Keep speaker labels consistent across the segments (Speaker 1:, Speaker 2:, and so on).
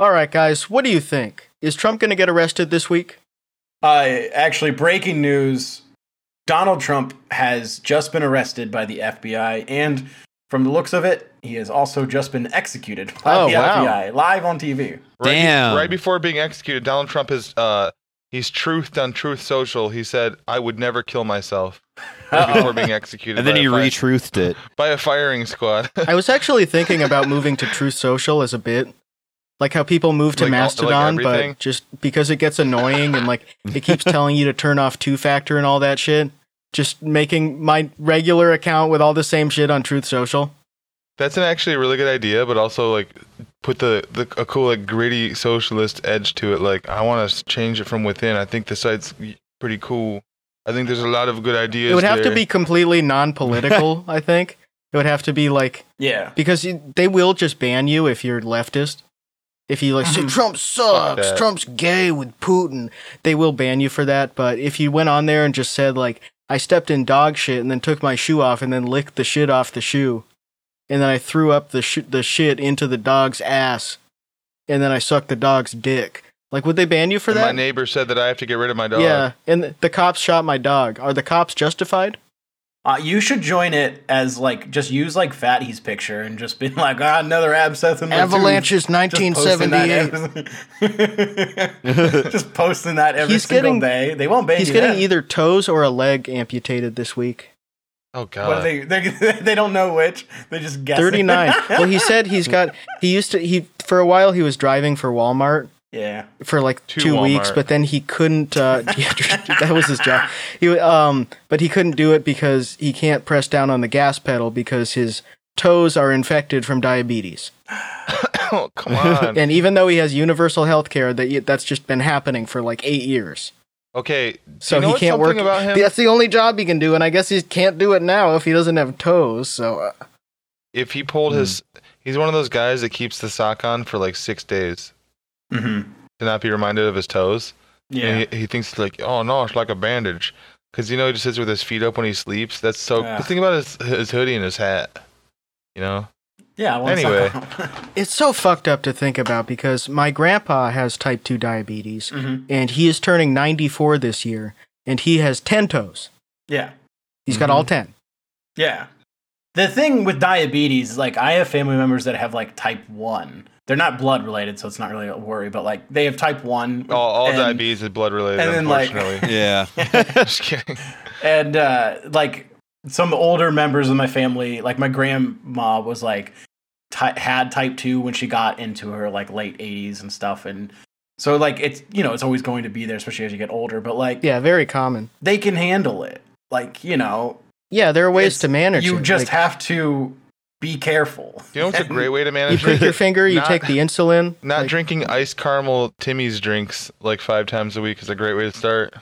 Speaker 1: right, guys, what do you think? Is Trump going to get arrested this week?
Speaker 2: Uh, actually, breaking news Donald Trump has just been arrested by the FBI, and from the looks of it, he has also just been executed by
Speaker 1: Oh,
Speaker 2: the
Speaker 1: wow.
Speaker 2: FBI live on TV.
Speaker 3: Right, be-
Speaker 4: Damn.
Speaker 3: right before being executed, Donald Trump has uh, he's truthed on Truth Social. He said, "I would never kill myself." Right before being executed,
Speaker 4: And then
Speaker 3: by
Speaker 4: he
Speaker 3: a fi-
Speaker 4: retruthed it.
Speaker 3: by a firing squad.
Speaker 1: I was actually thinking about moving to Truth Social as a bit. Like how people move to
Speaker 3: Like all- like
Speaker 1: Mastodon,
Speaker 3: everything?
Speaker 1: but just because it gets annoying and like it keeps telling you to turn off two factor and all that shit, just making my regular account with all the same shit on Truth Social.
Speaker 3: That's an actually a really good idea, but also like put the, the a cool like gritty socialist edge to it. Like I want to change it from within. I think the site's pretty cool. I think there's a lot of good ideas.
Speaker 1: it would have to
Speaker 3: there.
Speaker 1: be completely non political, I think. It would have to be like
Speaker 2: Yeah.
Speaker 1: because you, they will just ban you if you're leftist. If you like say
Speaker 2: Mm-hmm.
Speaker 1: Trump sucks,
Speaker 3: that.
Speaker 1: Trump's gay with Putin, they will ban you for that. But if you went on there and just said like I stepped in dog shit and then took my shoe off and then licked the shit off the shoe, and then I threw up the sh- the shit into the dog's ass, and then I sucked the dog's dick, like would they ban you for
Speaker 3: And
Speaker 1: that?
Speaker 3: My neighbor said that I have to get rid of my dog.
Speaker 1: Yeah, and th- the cops shot my dog. Are the cops justified?
Speaker 2: Uh, you should join it as like just use like Fatty's picture and just be like ah, another abscess in my tooth."
Speaker 1: Avalanches,
Speaker 2: Just
Speaker 1: nineteen
Speaker 2: posting
Speaker 1: seventy eight.
Speaker 2: that every- just posting that every
Speaker 1: He's getting-
Speaker 2: single day. They won't ban
Speaker 1: He's
Speaker 2: you
Speaker 1: getting
Speaker 2: then.
Speaker 1: either toes or a leg amputated this week.
Speaker 3: Oh
Speaker 2: What
Speaker 3: god.
Speaker 2: they, they they don't know which. They just guess.
Speaker 1: 39. well, he said he's got he used to he for a while he was driving for Walmart
Speaker 2: yeah.
Speaker 1: for like
Speaker 3: To
Speaker 1: 2 weeks,
Speaker 3: Walmart.
Speaker 1: but then he couldn't uh yeah, that was his job. He wa- um but he couldn't do it because he can't press down on the gas pedal because his toes are infected from diabetes.
Speaker 3: oh come on.
Speaker 1: And even though he has universal health care that that's just been happening for like 8 years.
Speaker 3: okay. do
Speaker 1: So
Speaker 3: you know
Speaker 1: he
Speaker 3: what's
Speaker 1: can't
Speaker 3: something
Speaker 1: work
Speaker 3: about him.
Speaker 1: That's the only job he can do and I guess he can't do it now if he doesn't have toes. So uh,
Speaker 3: If he pulled his,
Speaker 2: Mm.
Speaker 3: he's one of those guys that keeps the sock on for like six days
Speaker 2: Mm-hmm.
Speaker 3: to not be reminded of his toes.
Speaker 2: Yeah.
Speaker 3: And he, he thinks like, oh no, it's like a bandage, because you know he just sits with his feet up when he sleeps. That's so.
Speaker 2: Yeah.
Speaker 3: The thing about his his hoodie and his hat, you know.
Speaker 2: yeah. well, it's
Speaker 3: Anyway.
Speaker 2: not-
Speaker 1: it's so fucked up to think about because my grandpa has type 2 diabetes.
Speaker 2: Mhm.
Speaker 1: and he is turning 94 this year, and he has 10 toes.
Speaker 2: Yeah.
Speaker 1: He's got all
Speaker 3: Mm-hmm.
Speaker 1: 10.
Speaker 2: Yeah. The thing with diabetes is like I have family members that have like type 1. They're not blood related, so it's not really a worry, but like they have type 1.
Speaker 3: All, all
Speaker 2: and-
Speaker 3: diabetes is blood related.
Speaker 2: and then, like-
Speaker 3: unfortunately.
Speaker 4: Yeah.
Speaker 3: just kidding.
Speaker 2: And uh like some older members of my family, like my grandma was like ty- had type 2 when she got into her like late 80s and stuff and so like it's you know, it's always going to be there especially as you get older, but like
Speaker 1: Yeah, very common.
Speaker 2: they can handle it. Like, you know,
Speaker 1: Yeah, there are ways
Speaker 2: it's-
Speaker 1: to manage
Speaker 2: You
Speaker 1: it.
Speaker 2: just
Speaker 1: Like,
Speaker 2: have to be careful.
Speaker 3: You know what's a great way to
Speaker 1: you
Speaker 3: manage
Speaker 1: prick
Speaker 3: it?
Speaker 1: your finger, you
Speaker 3: Not-
Speaker 1: take the insulin.
Speaker 3: Not
Speaker 1: like,
Speaker 3: drinking ice caramel Timmy's drinks like five times a week is a great way to start.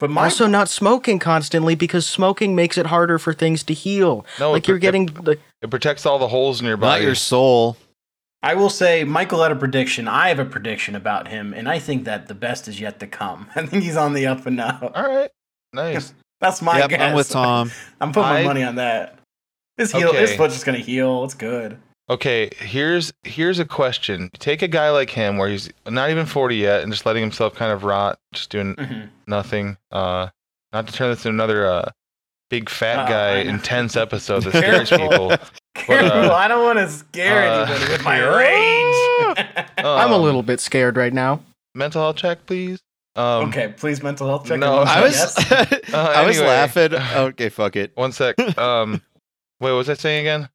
Speaker 2: But my
Speaker 1: also, not smoking constantly because smoking makes it harder for things to heal.
Speaker 3: No,
Speaker 1: like
Speaker 3: it-
Speaker 1: you're
Speaker 3: it-
Speaker 1: getting the
Speaker 3: It protects all the holes in your
Speaker 4: Not
Speaker 3: body.
Speaker 4: your soul.
Speaker 2: I will say Michael had a prediction. I have a prediction about him, and I think that the best is yet to come. I think he's on the up and up.
Speaker 3: all right, nice.
Speaker 2: That's my
Speaker 4: yep,
Speaker 2: guess.
Speaker 4: I'm with Tom.
Speaker 2: I'm putting my
Speaker 3: I-
Speaker 2: money on that. His heel, his
Speaker 3: Okay.
Speaker 2: foot's just gonna heal. It's good.
Speaker 3: Okay, here's here's a question. Take a guy like him, where he's not even forty yet, and just letting himself kind of rot, just doing
Speaker 2: Mhm.
Speaker 3: nothing. Uh, not to turn this into another uh, big fat
Speaker 2: Uh,
Speaker 3: guy
Speaker 2: I know.
Speaker 3: intense episode that scares
Speaker 2: Careful.
Speaker 3: people.
Speaker 2: Careful, I don't want to scare
Speaker 3: uh,
Speaker 2: anybody with my rage.
Speaker 1: I'm a
Speaker 3: Um,
Speaker 1: little bit scared right now.
Speaker 3: mental health check, please. Um,
Speaker 2: okay, please mental health check.
Speaker 3: no,
Speaker 2: him out,
Speaker 4: I was
Speaker 2: yes?
Speaker 4: I was
Speaker 3: Uh, anyway.
Speaker 4: laughing. Okay, fuck it.
Speaker 3: One sec. Um, wait, what was I saying again?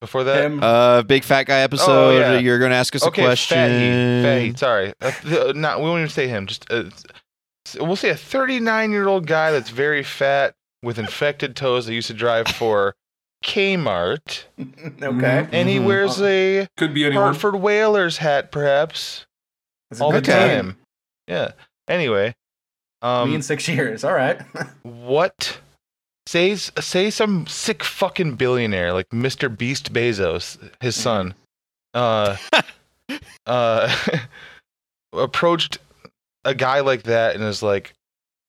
Speaker 3: Before that,
Speaker 2: Him.
Speaker 4: Uh, big fat guy episode.
Speaker 3: Oh, yeah.
Speaker 4: You're gonna ask us
Speaker 3: okay,
Speaker 4: a question.
Speaker 3: Fahy, Fahy, sorry. Uh, th- uh, not we won't even say him. Just uh, s- we'll say a 39 year old guy that's very fat with infected toes that used to drive for Kmart,
Speaker 2: okay,
Speaker 3: and he
Speaker 4: Mhm.
Speaker 3: wears a
Speaker 5: Mm-hmm. Uh, Could be anyone.
Speaker 3: Hartford Whalers hat, perhaps.
Speaker 2: It's a
Speaker 3: all the
Speaker 2: good
Speaker 4: Okay.
Speaker 3: time. Yeah. Anyway, um,
Speaker 2: Me in six years. All right.
Speaker 3: what? Say s- say some sick fucking billionaire like Mr. Beast Bezos, his son, uh, uh, approached a guy like that and is like,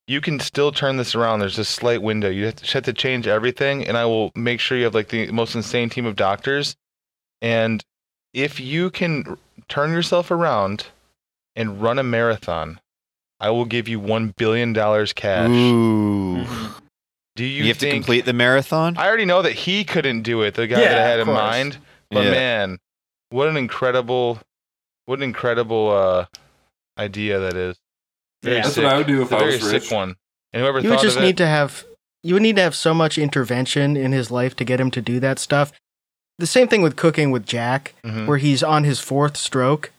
Speaker 3: "You can still turn this around. There's this slight window. You have to, have to change everything, and I will make sure you have like the most insane team of doctors, and if you can r- turn yourself around and run a marathon, I will give you one billion dollars cash.
Speaker 4: Ooh.
Speaker 2: Mhm.
Speaker 3: Do you,
Speaker 4: You, have to
Speaker 3: think-
Speaker 4: complete the marathon?
Speaker 3: I already know that he couldn't do it. The guy
Speaker 2: Yeah,
Speaker 3: that I had
Speaker 2: of
Speaker 3: in
Speaker 2: course.
Speaker 3: mind, but
Speaker 4: Yeah.
Speaker 3: man, what an incredible, what an incredible uh, idea that is. Very
Speaker 2: Yeah.
Speaker 5: That's
Speaker 3: sick.
Speaker 5: what I would do
Speaker 3: It's
Speaker 5: if
Speaker 3: a
Speaker 5: I
Speaker 3: very
Speaker 5: was rich.
Speaker 3: sick one. And whoever
Speaker 1: You
Speaker 3: thought
Speaker 1: would just
Speaker 3: of
Speaker 1: need
Speaker 3: it,
Speaker 1: to have you would need to have so much intervention in his life to get him to do that stuff. The same thing with cooking with Jack,
Speaker 3: Mhm.
Speaker 1: where he's on his fourth stroke.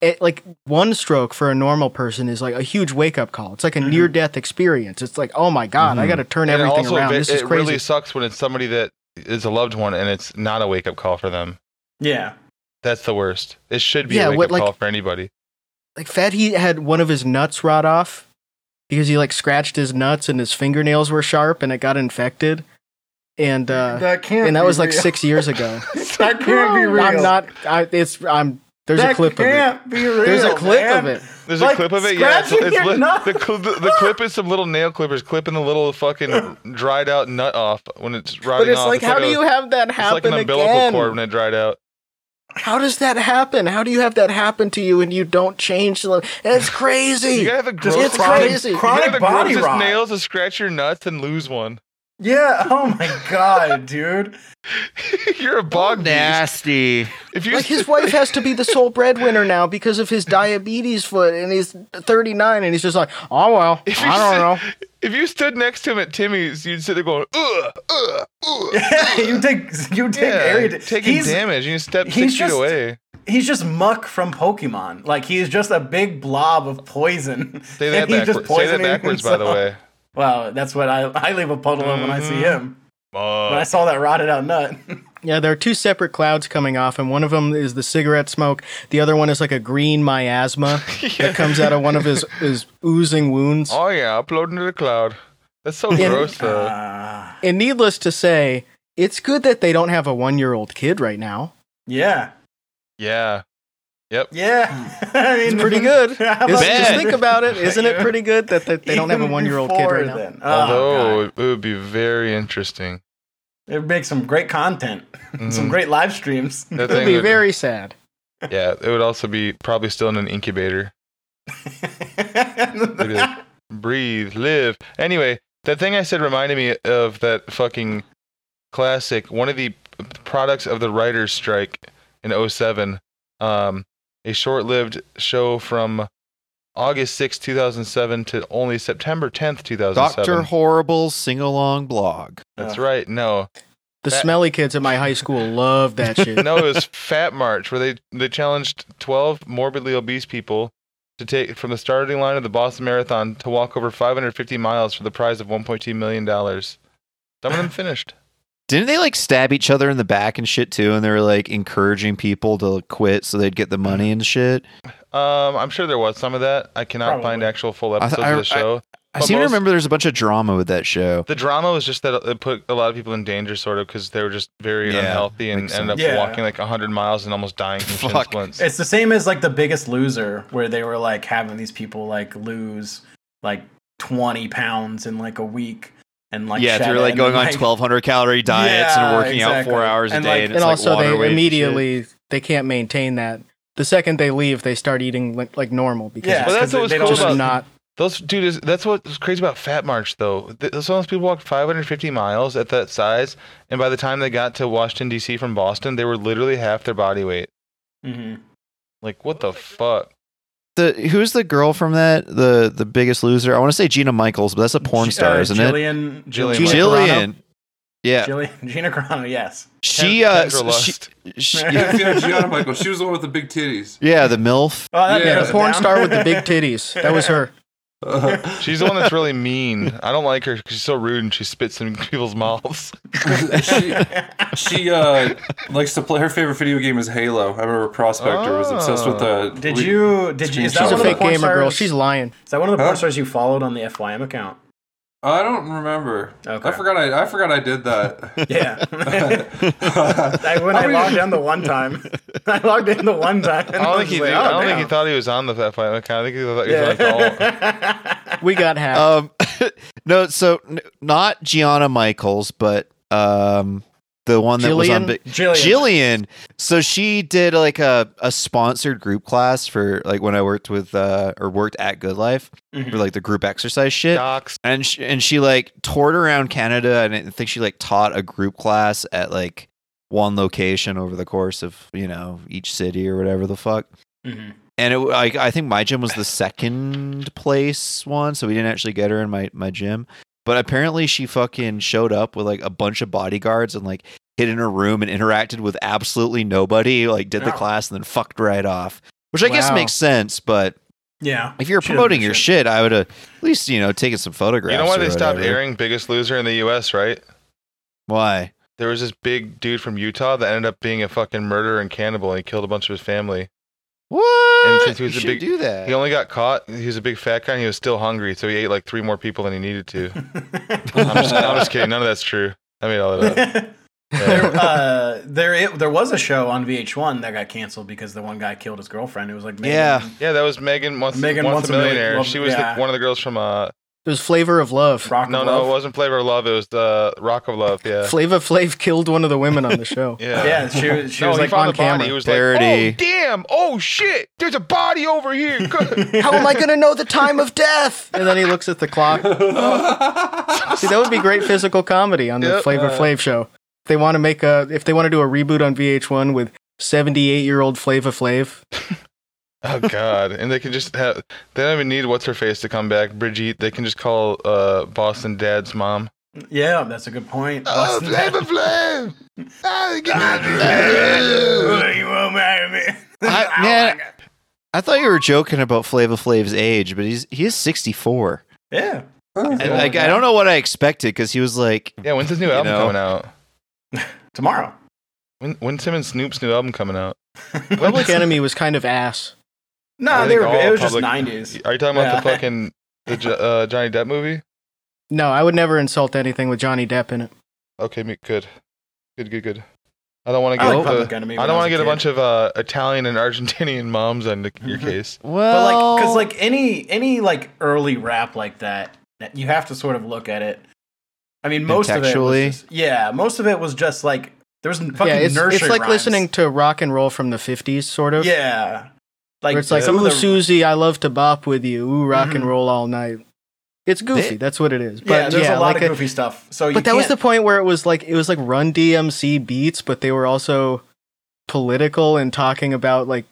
Speaker 1: It, like one stroke for a normal person is like a huge wake up call. It's like a
Speaker 2: Mhm.
Speaker 1: near death experience. It's like, oh my god, I
Speaker 4: Mhm.
Speaker 1: got to turn
Speaker 3: And
Speaker 1: everything
Speaker 3: also,
Speaker 1: around.
Speaker 3: It,
Speaker 1: This is
Speaker 3: it
Speaker 1: crazy.
Speaker 3: really sucks when it's somebody that is a loved one and it's not a wake up call for them.
Speaker 2: Yeah.
Speaker 3: That's the worst. It should be
Speaker 1: Yeah,
Speaker 3: a
Speaker 1: what,
Speaker 3: wake up
Speaker 1: like-
Speaker 3: call for anybody.
Speaker 1: like Fat Heat had one of his nuts rot off because he like scratched his nuts and his fingernails were sharp and it got infected. And uh
Speaker 2: that can't.
Speaker 1: and that
Speaker 2: be
Speaker 1: was like
Speaker 2: real.
Speaker 1: six years ago.
Speaker 2: that can't be real.
Speaker 1: I'm not I it's I'm there's
Speaker 2: that
Speaker 1: a clip of it.
Speaker 2: can't Be real,
Speaker 1: There's a clip
Speaker 2: man.
Speaker 1: of it.
Speaker 3: There's
Speaker 2: Like,
Speaker 3: a clip of it. Yeah, it's,
Speaker 2: scratching
Speaker 3: it's
Speaker 2: your
Speaker 3: li-
Speaker 2: nut.
Speaker 3: the, cl- the, the clip is some little nail clippers clipping the little fucking dried out nut off when it's rotting
Speaker 1: But it's
Speaker 3: off.
Speaker 1: like how do
Speaker 3: a-
Speaker 1: you have that
Speaker 3: It's like
Speaker 1: happen
Speaker 3: an umbilical cord
Speaker 1: again?
Speaker 3: when it dried out.
Speaker 1: How does that happen? How do you have that happen to you and you don't change the it's
Speaker 3: You
Speaker 1: crazy.
Speaker 3: gotta have the
Speaker 2: Just
Speaker 1: It's
Speaker 3: grossest,
Speaker 2: chronic,
Speaker 1: crazy. You
Speaker 3: You gotta have
Speaker 2: Chronic
Speaker 3: the
Speaker 2: body
Speaker 3: grossest
Speaker 2: rot.
Speaker 3: nails to scratch your nuts and lose one.
Speaker 2: Yeah. Oh my god, dude.
Speaker 3: You're a bog beast.
Speaker 4: nasty.
Speaker 3: If you
Speaker 1: Like his wife has to be the sole breadwinner now because of his diabetes foot and he's 39 and he's just like, "Oh well,
Speaker 3: If you
Speaker 1: I don't
Speaker 3: said-
Speaker 1: know."
Speaker 3: if you stood next to him at Timmy's, you'd sit there going, ugh, ugh, ugh.
Speaker 2: you take you take area. da-
Speaker 3: taking
Speaker 2: he's,
Speaker 3: damage. You step
Speaker 2: he's
Speaker 3: six
Speaker 2: just-
Speaker 3: feet away.
Speaker 2: He's just muck from Pokemon. Like he's just a big blob of poison.
Speaker 3: Say that
Speaker 2: And he's just
Speaker 3: backwards. Say that
Speaker 2: poisoning
Speaker 3: backwards, by the
Speaker 2: himself.
Speaker 3: way.
Speaker 2: Wow, that's what I I leave a puddle of when I see
Speaker 1: Mm-hmm.
Speaker 3: Mhm.
Speaker 2: him. When I
Speaker 3: Uh,
Speaker 2: saw that rotted out nut.
Speaker 1: Yeah, there are two separate clouds coming off, and one of them is the cigarette smoke. The other one is like a green miasma that comes out of one of his, his oozing wounds.
Speaker 3: oh yeah, uploading to the cloud. That's so
Speaker 1: Yeah.
Speaker 3: gross, though.
Speaker 2: Ah,
Speaker 1: And needless to say, it's good that they don't have a one year old kid right now.
Speaker 2: yeah.
Speaker 3: yeah.
Speaker 2: Yeah. I mean,
Speaker 1: It's pretty good.
Speaker 2: how
Speaker 1: Just, just
Speaker 2: about that?
Speaker 1: think about it. Isn't it
Speaker 2: Even-
Speaker 1: pretty good that, that they don't have a
Speaker 2: even
Speaker 1: one year old kid
Speaker 2: before
Speaker 1: right now?
Speaker 2: then. Oh,
Speaker 3: Although
Speaker 2: God.
Speaker 3: it, it would be very interesting.
Speaker 2: it makes some great content, some
Speaker 3: Mhm.
Speaker 2: great live streams.
Speaker 3: That
Speaker 1: It would
Speaker 3: thing
Speaker 1: be
Speaker 3: would-
Speaker 1: very sad.
Speaker 3: yeah, it would also be probably still in an incubator. breathe, live. Anyway, that thing I said reminded me of that fucking classic, one of the products of the writers' strike in 07. Um, a short-lived show from August 6, 2007 to only September 10th, 2007.
Speaker 4: Dr. Horrible's sing along blog.
Speaker 3: That's right. No.
Speaker 1: The
Speaker 3: That-
Speaker 1: smelly kids at my high school love that shit.
Speaker 3: No, it was Fat March where they they challenged 12 morbidly obese people to take from the starting line of the Boston Marathon to walk over 550 miles for the prize of 1.2 million dollars. Some of them finished.
Speaker 4: Didn't they like stab each other in the back and shit too? And they were like encouraging people to quit so they'd get the money and shit.
Speaker 3: Um, I'm sure there was some of that. I cannot
Speaker 2: Probably.
Speaker 3: find actual full
Speaker 4: th-
Speaker 3: episodes
Speaker 4: I-
Speaker 3: of the show.
Speaker 4: I
Speaker 3: But
Speaker 4: seem
Speaker 3: most-
Speaker 4: to remember there's a bunch of drama with that show.
Speaker 3: the drama was just that it put a lot of people in danger, sort of, because they were just very
Speaker 4: Yeah,
Speaker 3: unhealthy and
Speaker 4: makes
Speaker 3: ended up
Speaker 2: sense. Yeah.
Speaker 3: walking like 100 miles and almost dying from shin
Speaker 4: Fuck.
Speaker 3: splints.
Speaker 2: It's the same as like the Biggest Loser, where they were like having these people like lose like twenty pounds in like a week, and like
Speaker 4: yeah,
Speaker 2: shed
Speaker 4: they're
Speaker 2: it,
Speaker 4: like
Speaker 2: and
Speaker 4: going
Speaker 2: then,
Speaker 4: on 1,200 calorie diets
Speaker 2: Yeah,
Speaker 4: and working out four
Speaker 2: exactly.
Speaker 4: hours a
Speaker 2: And,
Speaker 4: day.
Speaker 2: like-
Speaker 4: and, it's
Speaker 1: and also,
Speaker 4: like water weight
Speaker 1: they
Speaker 4: and shit.
Speaker 1: immediately they can't maintain that. The second they leave, they start eating like, like normal because
Speaker 2: Yeah,
Speaker 1: it's
Speaker 3: Well, that's
Speaker 2: 'cause
Speaker 3: what was
Speaker 2: they
Speaker 3: cool
Speaker 2: don't-
Speaker 1: just
Speaker 3: about-
Speaker 1: not
Speaker 3: Those dude is that's what was crazy about Fat March though. Th- Some of those people walked 550 miles at that size, and by the time they got to Washington D.C. from Boston, they were literally half their body weight.
Speaker 2: Mhm.
Speaker 3: Like what the fuck?
Speaker 4: the who's the girl from that the the biggest loser i want to say gina michaels but that's a porn
Speaker 2: G-
Speaker 4: star
Speaker 2: uh,
Speaker 4: isn't
Speaker 2: Jillian,
Speaker 3: Jillian
Speaker 4: it
Speaker 1: Gina
Speaker 4: jillian yeah
Speaker 2: Jillian, Gina Carano, yes.
Speaker 4: she
Speaker 3: Ten-
Speaker 4: uh
Speaker 3: Tenderlust.
Speaker 4: she, she-
Speaker 5: Yeah, yeah, Gianna Michael. She was the one with the big titties.
Speaker 4: yeah the milf
Speaker 2: Oh, that
Speaker 5: Yeah.
Speaker 2: narrows
Speaker 1: the
Speaker 2: it
Speaker 1: porn
Speaker 2: down.
Speaker 1: star with the big titties. That was her.
Speaker 3: She's the one that's really mean. I don't like her because she's so rude and she spits in people's mouths.
Speaker 5: she she uh, likes to play. Her favorite video game is Halo. I remember Prospector was obsessed with the.
Speaker 2: Did
Speaker 5: we-
Speaker 2: you? Did you? Is
Speaker 1: She's
Speaker 2: that
Speaker 5: She's
Speaker 1: a
Speaker 2: one of the
Speaker 1: fake
Speaker 2: porn
Speaker 1: gamer girl.
Speaker 2: stars-
Speaker 1: She's lying.
Speaker 2: Is that one of the porn
Speaker 5: Huh?
Speaker 2: stars you followed on the FYM account?
Speaker 5: I don't remember.
Speaker 2: Okay.
Speaker 5: I forgot. I, I forgot I did that.
Speaker 2: Yeah. I, when I,
Speaker 5: mean-
Speaker 2: logged in the one time, I logged in the one time. and
Speaker 3: I don't think he.
Speaker 2: was
Speaker 3: did-
Speaker 2: like,
Speaker 3: I
Speaker 2: oh,
Speaker 3: don't think
Speaker 2: damn.
Speaker 3: he thought he was on the Fat Fight account. I think he thought he was on call.
Speaker 2: Yeah.
Speaker 1: We got half.
Speaker 4: Uh, um no so n- not gianna michaels but um the one that was on
Speaker 1: Jillian?
Speaker 4: Bi-
Speaker 2: Jillian.
Speaker 4: Jillian. So she did like a, a sponsored group class for like when I worked with uh, or worked at Good Life for
Speaker 2: Mhm.
Speaker 4: like the group exercise shit.
Speaker 3: Docs.
Speaker 4: And she, and she like toured around Canada and I think she like taught a group class at like one location over the course of, you know, each city or whatever the fuck.
Speaker 2: Mhm.
Speaker 4: And it, I, I think my gym was the second place one, so we didn't actually get her in my, my gym. But apparently, she fucking showed up with like a bunch of bodyguards and like hid in her room and interacted with absolutely nobody. Like did the
Speaker 2: Wow.
Speaker 4: class and then fucked right off, which I guess
Speaker 1: Wow.
Speaker 4: makes sense. But
Speaker 2: Yeah.
Speaker 4: if you're
Speaker 2: Should've
Speaker 4: promoting
Speaker 2: been
Speaker 4: your shit, I would have at least you know taken some photographs.
Speaker 3: You know why
Speaker 4: or
Speaker 3: they stopped
Speaker 4: whatever.
Speaker 3: airing Biggest Loser in the U.S. Right?
Speaker 4: Why?
Speaker 3: There was this big dude from Utah that ended up being a fucking murderer and cannibal, and he killed a bunch of his family.
Speaker 4: What?
Speaker 3: since he
Speaker 4: you
Speaker 3: was a
Speaker 4: should
Speaker 3: big-
Speaker 4: do that.
Speaker 3: He only got caught. He was a big fat guy, and he was still hungry, so he ate like three more people than he needed to. I'm just, I'm just kidding. None of that's true. I made all that up.
Speaker 2: there,
Speaker 3: Yeah.
Speaker 2: uh, there, it, there was a show on VH1 that got canceled because the one guy killed his girlfriend. It was like, Megan-
Speaker 4: Yeah.
Speaker 3: Yeah, that was Megan once.
Speaker 2: Megan
Speaker 3: once,
Speaker 2: Once
Speaker 3: a
Speaker 2: a Million-
Speaker 3: millionaire.
Speaker 2: well,
Speaker 3: she was
Speaker 2: yeah.
Speaker 3: the, one of the girls from uh.
Speaker 1: It was Flavor of Love.
Speaker 2: Rock
Speaker 3: No,
Speaker 2: of
Speaker 3: no,
Speaker 2: Love.
Speaker 3: it wasn't Flavor of Love. It was the Rock of Love. Yeah.
Speaker 1: Flavor Flav killed one of the women on the show.
Speaker 3: Yeah.
Speaker 2: Yeah, she was. She
Speaker 3: no,
Speaker 2: was
Speaker 3: he
Speaker 2: like
Speaker 3: found
Speaker 1: on
Speaker 3: the body.
Speaker 1: camera.
Speaker 3: He was
Speaker 4: Parody.
Speaker 3: like, "Oh damn! Oh shit! There's a body over here."
Speaker 1: How am I gonna know the time of death? And then he looks at the clock. See, that would be great physical comedy on the
Speaker 3: Yep.
Speaker 1: Flavor Flav show. If they want to make a, if they want to do a reboot on VH1 with 78 year old Flavor Flav,
Speaker 3: oh god! And they can just have. They don't even need what's her face to come back, Brigitte. They can just call uh Boston Dad's mom.
Speaker 2: yeah, that's a good point. Boston-
Speaker 3: Flame! Oh, get
Speaker 2: you won't marry me.
Speaker 4: I-
Speaker 2: Oh,
Speaker 4: man.
Speaker 2: my God.
Speaker 4: I thought you were joking about Flava Flav's age, but he's he is 64.
Speaker 2: Yeah.
Speaker 4: And, like I don't know what I expected because he was like
Speaker 3: Yeah, when's his new
Speaker 4: You
Speaker 3: album
Speaker 4: know.
Speaker 3: coming out?
Speaker 2: Tomorrow.
Speaker 3: When, when's him and Snoop's new album coming out?
Speaker 1: Public Enemy was kind of ass.
Speaker 2: No,
Speaker 3: I
Speaker 2: they
Speaker 3: think
Speaker 2: were.
Speaker 3: all
Speaker 2: It was just
Speaker 3: public-
Speaker 2: nineties.
Speaker 3: Are you talking about the
Speaker 2: Yeah.
Speaker 3: fucking the Jo- uh, Johnny Depp movie?
Speaker 1: No, I would never insult anything with Johnny Depp in it.
Speaker 3: Okay, me- good, good, good, good. I don't want to
Speaker 2: I
Speaker 3: get
Speaker 2: like
Speaker 3: the-
Speaker 2: Public Enemy.
Speaker 3: I don't
Speaker 2: want to
Speaker 3: get a bunch of uh, Italian and Argentinian moms on the, your case.
Speaker 2: But like,
Speaker 4: well,
Speaker 2: because like any any like early rap like that, that you have to sort of look at it. I mean, most of it. Was
Speaker 4: Contextually.
Speaker 2: just, yeah, most of it was just like there was fucking
Speaker 1: yeah, it's,
Speaker 2: nursery
Speaker 1: it's like
Speaker 2: rhymes.
Speaker 1: listening to rock and roll from the 50s, sort of.
Speaker 2: Yeah, like
Speaker 1: Where it's like,
Speaker 2: some
Speaker 1: ooh,
Speaker 2: of the
Speaker 1: Susie, I love to bop with you. Ooh, rock and
Speaker 2: Mhm.
Speaker 1: roll all night. It's goofy.
Speaker 4: They-
Speaker 1: that's what it is.
Speaker 2: yeah,
Speaker 1: But yeah,
Speaker 2: there's a lot
Speaker 1: like
Speaker 2: of goofy stuff. So, you
Speaker 1: but that was the
Speaker 2: can't-
Speaker 1: point where it was like it was like Run DMC beats, but they were also political and talking about like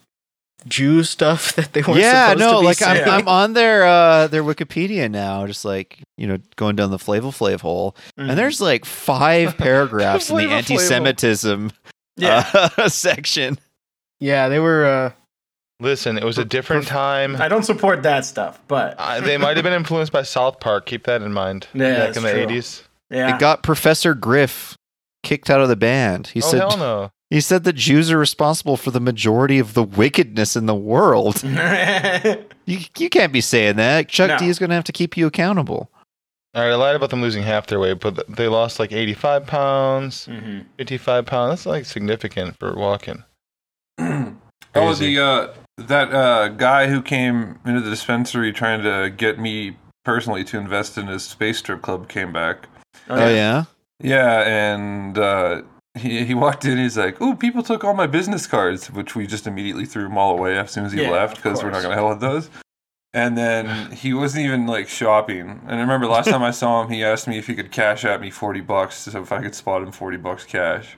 Speaker 1: Jew stuff that they weren't.
Speaker 4: yeah,
Speaker 1: supposed to
Speaker 4: no,
Speaker 1: be
Speaker 4: like
Speaker 1: saying.
Speaker 4: I'm, I'm on their uh, their Wikipedia now, just like you know going down the Flava Flav hole,
Speaker 2: Mhm.
Speaker 4: and there's like five paragraphs in the
Speaker 3: Flava Mm-hmm. Flav hole.
Speaker 4: anti-Semitism
Speaker 2: yeah.
Speaker 4: uh, section.
Speaker 1: yeah, they were. Uh,
Speaker 3: Listen, it was a different time.
Speaker 2: I don't support that stuff, but
Speaker 3: Uh, they might have been influenced by South Park. Keep that in mind.
Speaker 2: Yeah,
Speaker 3: back
Speaker 2: that's
Speaker 3: in the
Speaker 2: true.
Speaker 3: eighties.
Speaker 2: yeah.
Speaker 4: It got Professor Griff kicked out of the band. He
Speaker 3: Oh
Speaker 4: said
Speaker 3: hell no!
Speaker 4: he said that Jews are responsible for the majority of the wickedness in the world.
Speaker 2: Mm-hmm.
Speaker 4: You you can't be saying that. Chuck
Speaker 2: No.
Speaker 4: D is going to have to keep you accountable.
Speaker 3: All right, I lied about them losing half their weight, but they lost like eighty-five pounds,
Speaker 2: Mhm.
Speaker 3: fifty-five pounds. That's like significant for walking.
Speaker 5: oh,
Speaker 3: Crazy.
Speaker 5: the uh, that uh, guy who came into the dispensary trying to get me personally to invest in his space strip club came back.
Speaker 4: Oh yeah.
Speaker 5: Yeah, and uh, he he walked in. He's like, "Ooh, people took all my business cards," which we just immediately threw them all away as soon as he
Speaker 2: Yeah,
Speaker 5: left
Speaker 2: of
Speaker 5: because we're not
Speaker 2: course.
Speaker 5: gonna hell with those. And then he wasn't even like shopping. And I remember last time I saw him, he asked me if he could cash at me forty bucks, so if I could spot him forty bucks cash.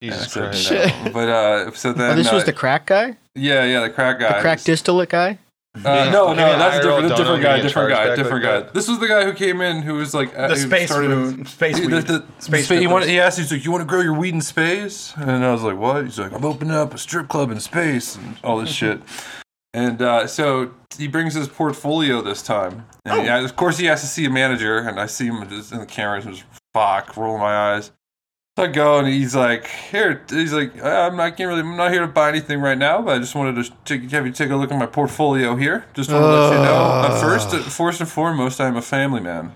Speaker 5: And I
Speaker 3: Jesus
Speaker 5: said,
Speaker 3: Christ!
Speaker 4: Shit.
Speaker 5: "No." But uh, so then
Speaker 1: oh, this was
Speaker 5: uh,
Speaker 1: the crack guy,
Speaker 5: yeah, yeah, the crack guy.
Speaker 1: the crack distillate guy.
Speaker 5: Uh, no, no,
Speaker 3: Maybe an
Speaker 5: that's a
Speaker 3: IRL
Speaker 5: different, that's a
Speaker 3: Dono
Speaker 5: different guy,
Speaker 3: getting
Speaker 5: different
Speaker 3: charged
Speaker 5: guy,
Speaker 3: back
Speaker 5: different
Speaker 3: like
Speaker 5: guy. This was the guy who came in who was like uh,
Speaker 2: the
Speaker 5: who
Speaker 2: space
Speaker 5: started-
Speaker 2: moon, space
Speaker 5: the,
Speaker 2: weed.
Speaker 5: the,
Speaker 2: space
Speaker 5: space he,
Speaker 2: strippers.
Speaker 5: wanted, he asked, he's like, "You want to grow your weed in space?" And I was like, "What?" He's like, "I'm opening up a strip club in space and all this shit." And uh, so he brings his portfolio this time,
Speaker 2: Oh.
Speaker 5: and he- of course he has to see a manager. And I see him just in the cameras and just fuck, roll my eyes. So I go and he's like, "Here," he's like, "Uh, "I'm not I can't really, I'm not here to buy anything right now, but I just wanted to take, have you take a look at my portfolio here. Just want to let you know,
Speaker 4: Uh.
Speaker 5: at first, uh, first and foremost, I'm a family man."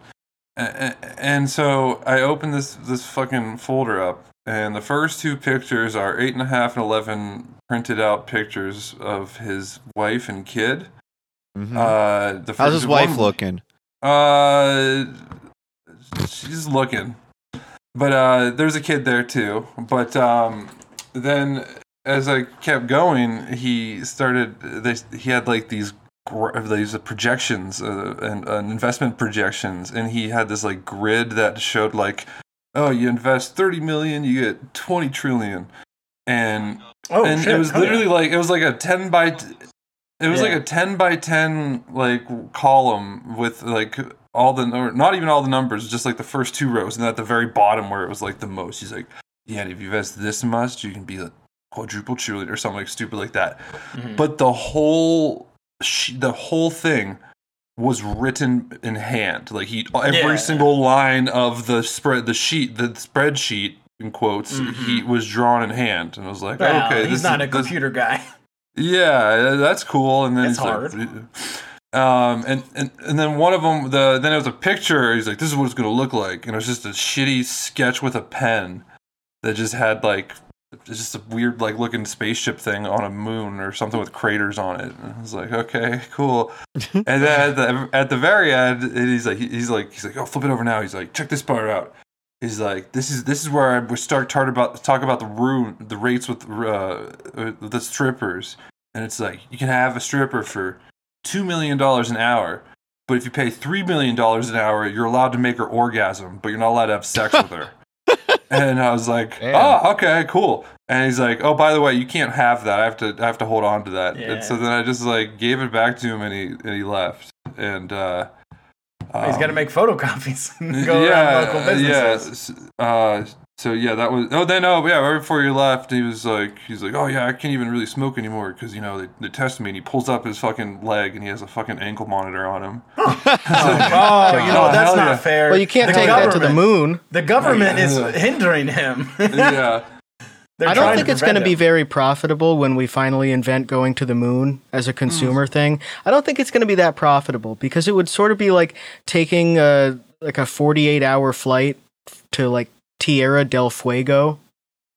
Speaker 5: A- a- and so I opened this this fucking folder up, and the first two pictures are eight and a half and eleven printed out pictures of his wife and kid.
Speaker 4: Mhm.
Speaker 5: Uh, the first
Speaker 4: How's his wife
Speaker 5: one-
Speaker 4: looking?
Speaker 5: Uh, she's looking. But uh, there's a kid there too. But um, then as I kept going, he started. They, he had like these gr- these projections uh, and, and investment projections, and he had this like grid that showed like, oh, you invest thirty million, you get twenty trillion, and
Speaker 2: Oh,
Speaker 5: and
Speaker 2: shit.
Speaker 5: it was
Speaker 2: Hell
Speaker 5: literally like it was like a 10 by t- it was
Speaker 2: Yeah.
Speaker 5: like a 10 by 10 like column with like all the or not even all the numbers just like the first two rows and then at the very bottom where it was like the most he's like yeah if you invest this much you can be a quadruple cheerleader or something like stupid like that
Speaker 2: Mhm.
Speaker 5: but the whole sh- the whole thing was written in hand like he every
Speaker 2: Yeah.
Speaker 5: single line of the spread the sheet the spreadsheet in quotes
Speaker 2: Mhm.
Speaker 5: he was drawn in hand and I was like
Speaker 2: Well,
Speaker 5: okay
Speaker 2: he's
Speaker 5: this
Speaker 2: not
Speaker 5: is-
Speaker 2: a
Speaker 5: this-
Speaker 2: computer guy.
Speaker 5: yeah, that's cool. And then
Speaker 2: It's
Speaker 5: he's Like, um, and, and and then one of them, the then it was a picture. He's like, "This is what it's gonna look like," and it was just a shitty sketch with a pen that just had like it's just a weird like looking spaceship thing on a moon or something with craters on it. And I was like, "Okay, cool." and then at the at the very end, and he's like, he's like, he's like, "Oh, flip it over now." He's like, "Check this part out." He's like, this is this is where I we start talk about talk about the room, the rates with uh, uh, the strippers, and it's like you can have a stripper for two million dollars an hour, but if you pay three million dollars an hour, you're allowed to make her orgasm, but you're not allowed to have sex with her. And I was like,
Speaker 3: Damn.
Speaker 5: oh, okay, cool. And he's like, oh, by the way, you can't have that. I have to I have to hold on to that.
Speaker 2: Yeah.
Speaker 5: And so then I just like gave it back to him, and he and he left. And uh,
Speaker 2: he's got to
Speaker 5: um,
Speaker 2: make photocopies and go around local businesses.
Speaker 5: yeah. Uh, so yeah, that was. Oh, then oh yeah, right before you left, he was like, he's like, oh yeah, I can't even really smoke anymore because you know they, they tested me, and he pulls up his fucking leg, and he has a fucking ankle monitor on him.
Speaker 2: Oh, you know
Speaker 5: Oh,
Speaker 2: that's
Speaker 5: hell
Speaker 2: not
Speaker 5: yeah.
Speaker 2: fair.
Speaker 1: Well, you can't
Speaker 2: The
Speaker 1: take that to the
Speaker 2: government-
Speaker 1: moon.
Speaker 2: The government is
Speaker 5: Yeah.
Speaker 2: hindering him.
Speaker 5: yeah,
Speaker 2: They're
Speaker 1: I
Speaker 2: trying
Speaker 1: don't think it's going to
Speaker 2: prevent
Speaker 1: be
Speaker 2: him.
Speaker 1: very profitable when we finally invent going to the moon as a consumer thing. I don't think it's going to be that profitable because it would sort of be like taking a like a 48-hour flight to like Tierra del Fuego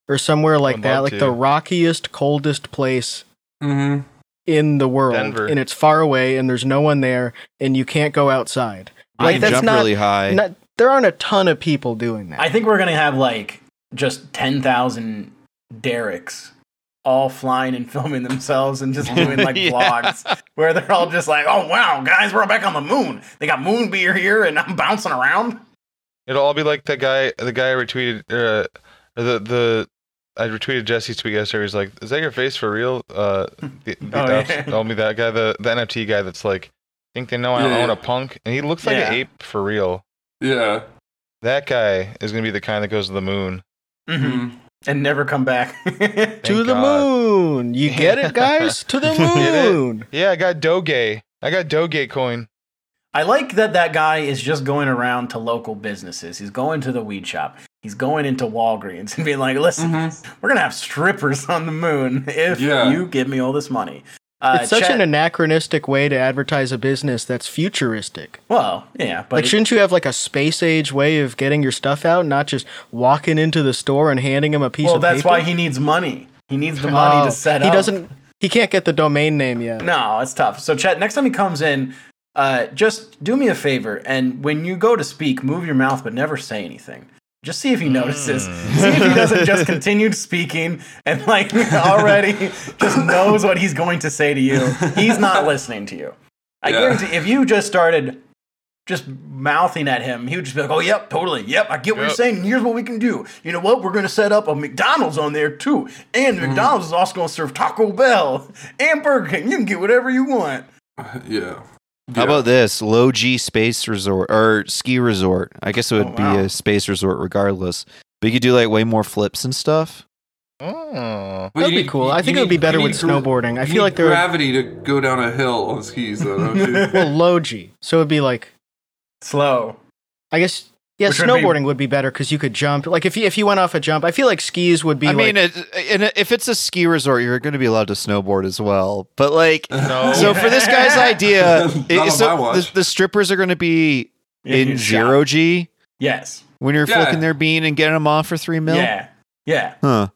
Speaker 1: or somewhere like
Speaker 3: Would
Speaker 1: that,
Speaker 3: love
Speaker 1: like
Speaker 3: to.
Speaker 1: the rockiest, coldest place
Speaker 5: hmm
Speaker 1: in the world
Speaker 3: Denver.
Speaker 1: and it's far away and there's no one there and you can't go outside.
Speaker 4: I
Speaker 1: Like
Speaker 4: can
Speaker 1: that's
Speaker 4: jump
Speaker 1: not,
Speaker 4: really high.
Speaker 1: not there aren't a ton of people doing that.
Speaker 2: I think we're going to have like just 10,000 Derricks all flying and filming themselves and just doing like
Speaker 4: Yeah.
Speaker 2: vlogs where they're all just like, oh, wow, guys, we're back on the moon. They got moon beer here and I'm bouncing around.
Speaker 3: It'll all be like the guy, the guy I retweeted, uh, or the the I retweeted Jesse's tweet yesterday. He's like, "Is that your face for real?" Uh, the, the
Speaker 2: Oh,
Speaker 3: ops-
Speaker 2: yeah.
Speaker 3: told me that guy, the, the NFT guy, that's like, think they know I
Speaker 5: Yeah,
Speaker 3: own
Speaker 5: yeah.
Speaker 3: a punk, and he looks like
Speaker 2: Yeah.
Speaker 3: an ape for real.
Speaker 5: yeah.
Speaker 3: That guy is gonna be the kind that goes to the moon.
Speaker 2: Mhm.
Speaker 5: Mm-hmm.
Speaker 2: And never come back.
Speaker 1: to
Speaker 3: Thank
Speaker 1: the
Speaker 3: God.
Speaker 1: moon. You get it, guys? to the
Speaker 3: Get it?
Speaker 1: moon.
Speaker 3: Yeah, I got Doge. I got Doge coin.
Speaker 2: I like that that guy is just going around to local businesses. He's going to the weed shop. He's going into Walgreens and being like, listen,
Speaker 1: Mm-hmm.
Speaker 5: hmm
Speaker 2: we're going to have strippers on the moon if
Speaker 5: Yeah.
Speaker 2: you give me all this money. Uh,
Speaker 1: it's such
Speaker 2: Chet-
Speaker 1: an anachronistic way to advertise a business that's futuristic.
Speaker 2: Well, yeah, but
Speaker 1: like,
Speaker 2: it-
Speaker 1: shouldn't you have like a space age way of getting your stuff out, not just walking into the store and handing him a piece
Speaker 2: well,
Speaker 1: of
Speaker 2: that's
Speaker 1: paper?
Speaker 2: why he needs money. He needs the money
Speaker 1: Oh,
Speaker 2: to set
Speaker 1: He
Speaker 2: up.
Speaker 1: doesn't. He can't get the domain name yet.
Speaker 2: No, it's tough. So, Chet, next time he comes in, uh, just do me a favor, and when you go to speak, move your mouth, but never say anything. Just see if he notices. See if he doesn't just continue speaking and like already just knows what he's going to say to you. He's not listening to you. I
Speaker 5: Yeah.
Speaker 2: guarantee if you just started just mouthing at him, he would just be like, "Oh, yep, totally, yep, I get what you're
Speaker 3: Yep.
Speaker 2: saying. and Here's what we can do. You know what? We're going to set up a McDonald's on there too, and McDonald's is also going to serve Taco Bell and Burger King. You can get whatever you want."
Speaker 5: yeah.
Speaker 4: How about this low G space resort or ski resort? I guess it would
Speaker 2: Oh, wow.
Speaker 4: be a space resort regardless. But you could do like way more flips and stuff.
Speaker 3: Oh,
Speaker 1: That'd be cool. I think it would be better with snowboarding. I feel like there. Are,
Speaker 5: gravity to go down a hill on skis, though. Don't you?
Speaker 1: well, low G, so it'd be like
Speaker 2: Slow.
Speaker 1: I guess. Yeah,
Speaker 2: Which would be-
Speaker 1: snowboarding would be, better because you could jump. Like if you if you went off a jump, I feel like skis would be.
Speaker 4: I
Speaker 1: like,
Speaker 4: mean, it, and it- if it's a ski resort, you're going to be allowed to snowboard as well. But like,
Speaker 3: no.
Speaker 4: so for this guy's idea,
Speaker 5: Not
Speaker 4: it-
Speaker 5: on my
Speaker 4: so the,
Speaker 5: watch.
Speaker 4: the strippers are going to be
Speaker 2: Yeah,
Speaker 4: in
Speaker 2: you
Speaker 4: zero
Speaker 2: shot.
Speaker 4: G
Speaker 2: Yes.
Speaker 4: when you're
Speaker 5: Yeah.
Speaker 4: flicking their bean and getting them off for three mil.
Speaker 2: Yeah. Yeah.
Speaker 4: Huh.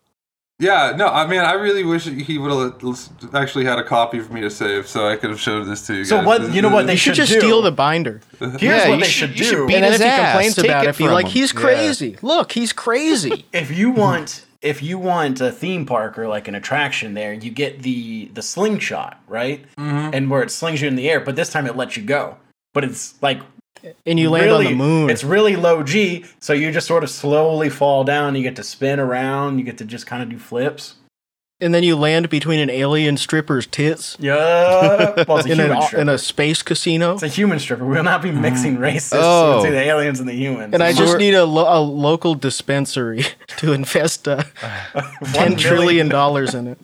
Speaker 5: Yeah, no, I mean, I really wish he would have actually had a copy for me to save, so I could have showed this to you.
Speaker 2: So
Speaker 5: guys.
Speaker 2: what- you know what,
Speaker 1: They
Speaker 2: They
Speaker 1: should,
Speaker 2: should
Speaker 1: just
Speaker 2: do.
Speaker 1: steal the binder.
Speaker 2: Here's
Speaker 4: Yeah,
Speaker 2: what
Speaker 4: you
Speaker 2: they
Speaker 4: should-
Speaker 2: should,
Speaker 4: you should
Speaker 2: do.
Speaker 4: beat
Speaker 1: and then
Speaker 4: his
Speaker 1: if he
Speaker 4: ass.
Speaker 1: complains
Speaker 4: Take
Speaker 1: about
Speaker 4: it
Speaker 1: it, be
Speaker 4: from
Speaker 1: like,
Speaker 4: him.
Speaker 1: he's
Speaker 3: Yeah.
Speaker 1: crazy. Look, he's crazy.
Speaker 2: if you want if you want a theme park or like an attraction there you get the the slingshot right
Speaker 1: Mm-hmm.
Speaker 2: and where it slings you in the air but this time it lets you go but it's like
Speaker 1: And you land
Speaker 2: really,
Speaker 1: on the moon.
Speaker 2: it's really low g so you just sort of slowly fall down you get to spin around you get to just kind of do flips
Speaker 1: and then you land between an alien stripper's tits
Speaker 2: yeah well, it's a
Speaker 1: in, an,
Speaker 2: human
Speaker 1: au-
Speaker 2: stripper
Speaker 1: in a space casino.
Speaker 2: it's a human stripper we will not be mixing races
Speaker 4: Oh.
Speaker 2: between the aliens and the humans
Speaker 1: And I just
Speaker 4: We're-
Speaker 1: need a, lo- a local dispensary to invest uh,
Speaker 2: One
Speaker 1: ten trillion dollars in it.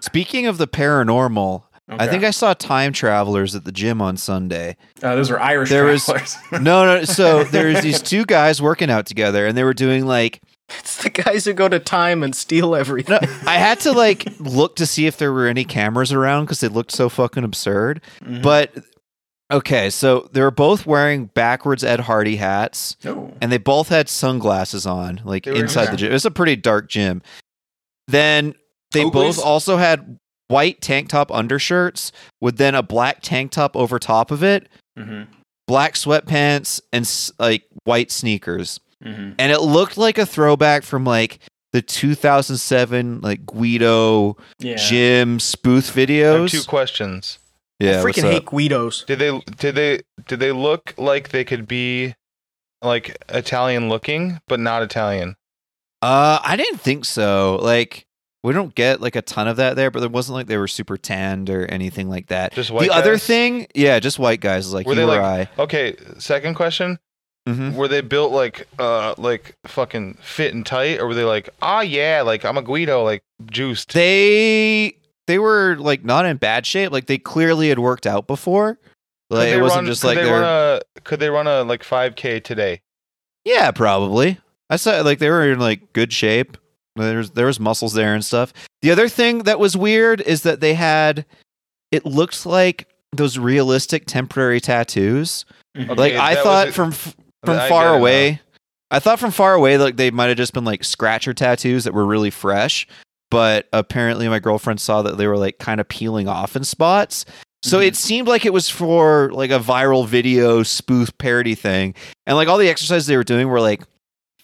Speaker 4: Speaking of the paranormal, I
Speaker 2: Okay.
Speaker 4: think I saw time travelers at the gym on Sunday.
Speaker 2: uh, those are irish
Speaker 4: There
Speaker 2: there
Speaker 4: was- No, no. So there's these two guys working out together, and they were doing like
Speaker 1: It's the guys who go to time and steal everything.
Speaker 4: No, I had to like look to see if there were any cameras around because they looked so fucking absurd.
Speaker 2: Mm.
Speaker 4: But okay, so they were both wearing backwards Ed Hardy hats,
Speaker 2: no
Speaker 4: and they both had sunglasses on, like
Speaker 3: They were-
Speaker 4: inside the gym. It's a pretty dark gym. Then they
Speaker 5: Oakley's?
Speaker 4: both also had white tank top undershirts with then a black tank top over top of it,
Speaker 2: hmm
Speaker 4: black sweatpants, and s- like white sneakers
Speaker 2: hmm
Speaker 4: and it looked like a throwback from like the 2007 like Guido
Speaker 2: yeah
Speaker 4: Jim spoof
Speaker 3: I have
Speaker 4: videos.
Speaker 3: two questions.
Speaker 4: yeah,
Speaker 1: I
Speaker 4: what's
Speaker 1: freaking
Speaker 4: up?
Speaker 1: hate Guidos.
Speaker 3: Did they did they did they look like they could be like Italian looking but not Italian?
Speaker 4: Uh, I didn't think so. Like we don't get like a ton of that there, but it wasn't like they were super tanned or anything like that.
Speaker 3: Just white
Speaker 4: the other
Speaker 3: guys?
Speaker 4: thing, yeah, just white guys like
Speaker 3: Were
Speaker 4: you
Speaker 3: they,
Speaker 4: or
Speaker 3: like-
Speaker 4: I.
Speaker 3: Okay, second question.
Speaker 4: Mhm.
Speaker 3: Were they built like uh like fucking fit and tight or were they like, "Ah yeah, like I'm a Guido, like juiced."
Speaker 4: They they were like not in bad shape. Like they clearly had worked out before.
Speaker 3: Could
Speaker 4: Like
Speaker 3: they
Speaker 4: it wasn't
Speaker 3: run-
Speaker 4: just
Speaker 3: could
Speaker 4: like
Speaker 3: they
Speaker 4: they
Speaker 3: run
Speaker 4: were.
Speaker 3: a could they run a like 5k today?
Speaker 4: Yeah, probably. I saw like they were in like good shape. There's there was muscles there and stuff. The other thing that was weird is that they had it looks like those realistic temporary tattoos.
Speaker 2: Mhm.
Speaker 4: Like
Speaker 3: Okay,
Speaker 4: I
Speaker 3: that was
Speaker 4: thought
Speaker 3: it.
Speaker 4: from f- from
Speaker 3: I get it
Speaker 4: far
Speaker 3: now.
Speaker 4: away. I thought from far away like they might have just been like scratcher tattoos that were really fresh, but apparently my girlfriend saw that they were like kind of peeling off in spots. So
Speaker 2: Mhm.
Speaker 4: it seemed like it was for like a viral video spoof parody thing. And like all the exercises they were doing were like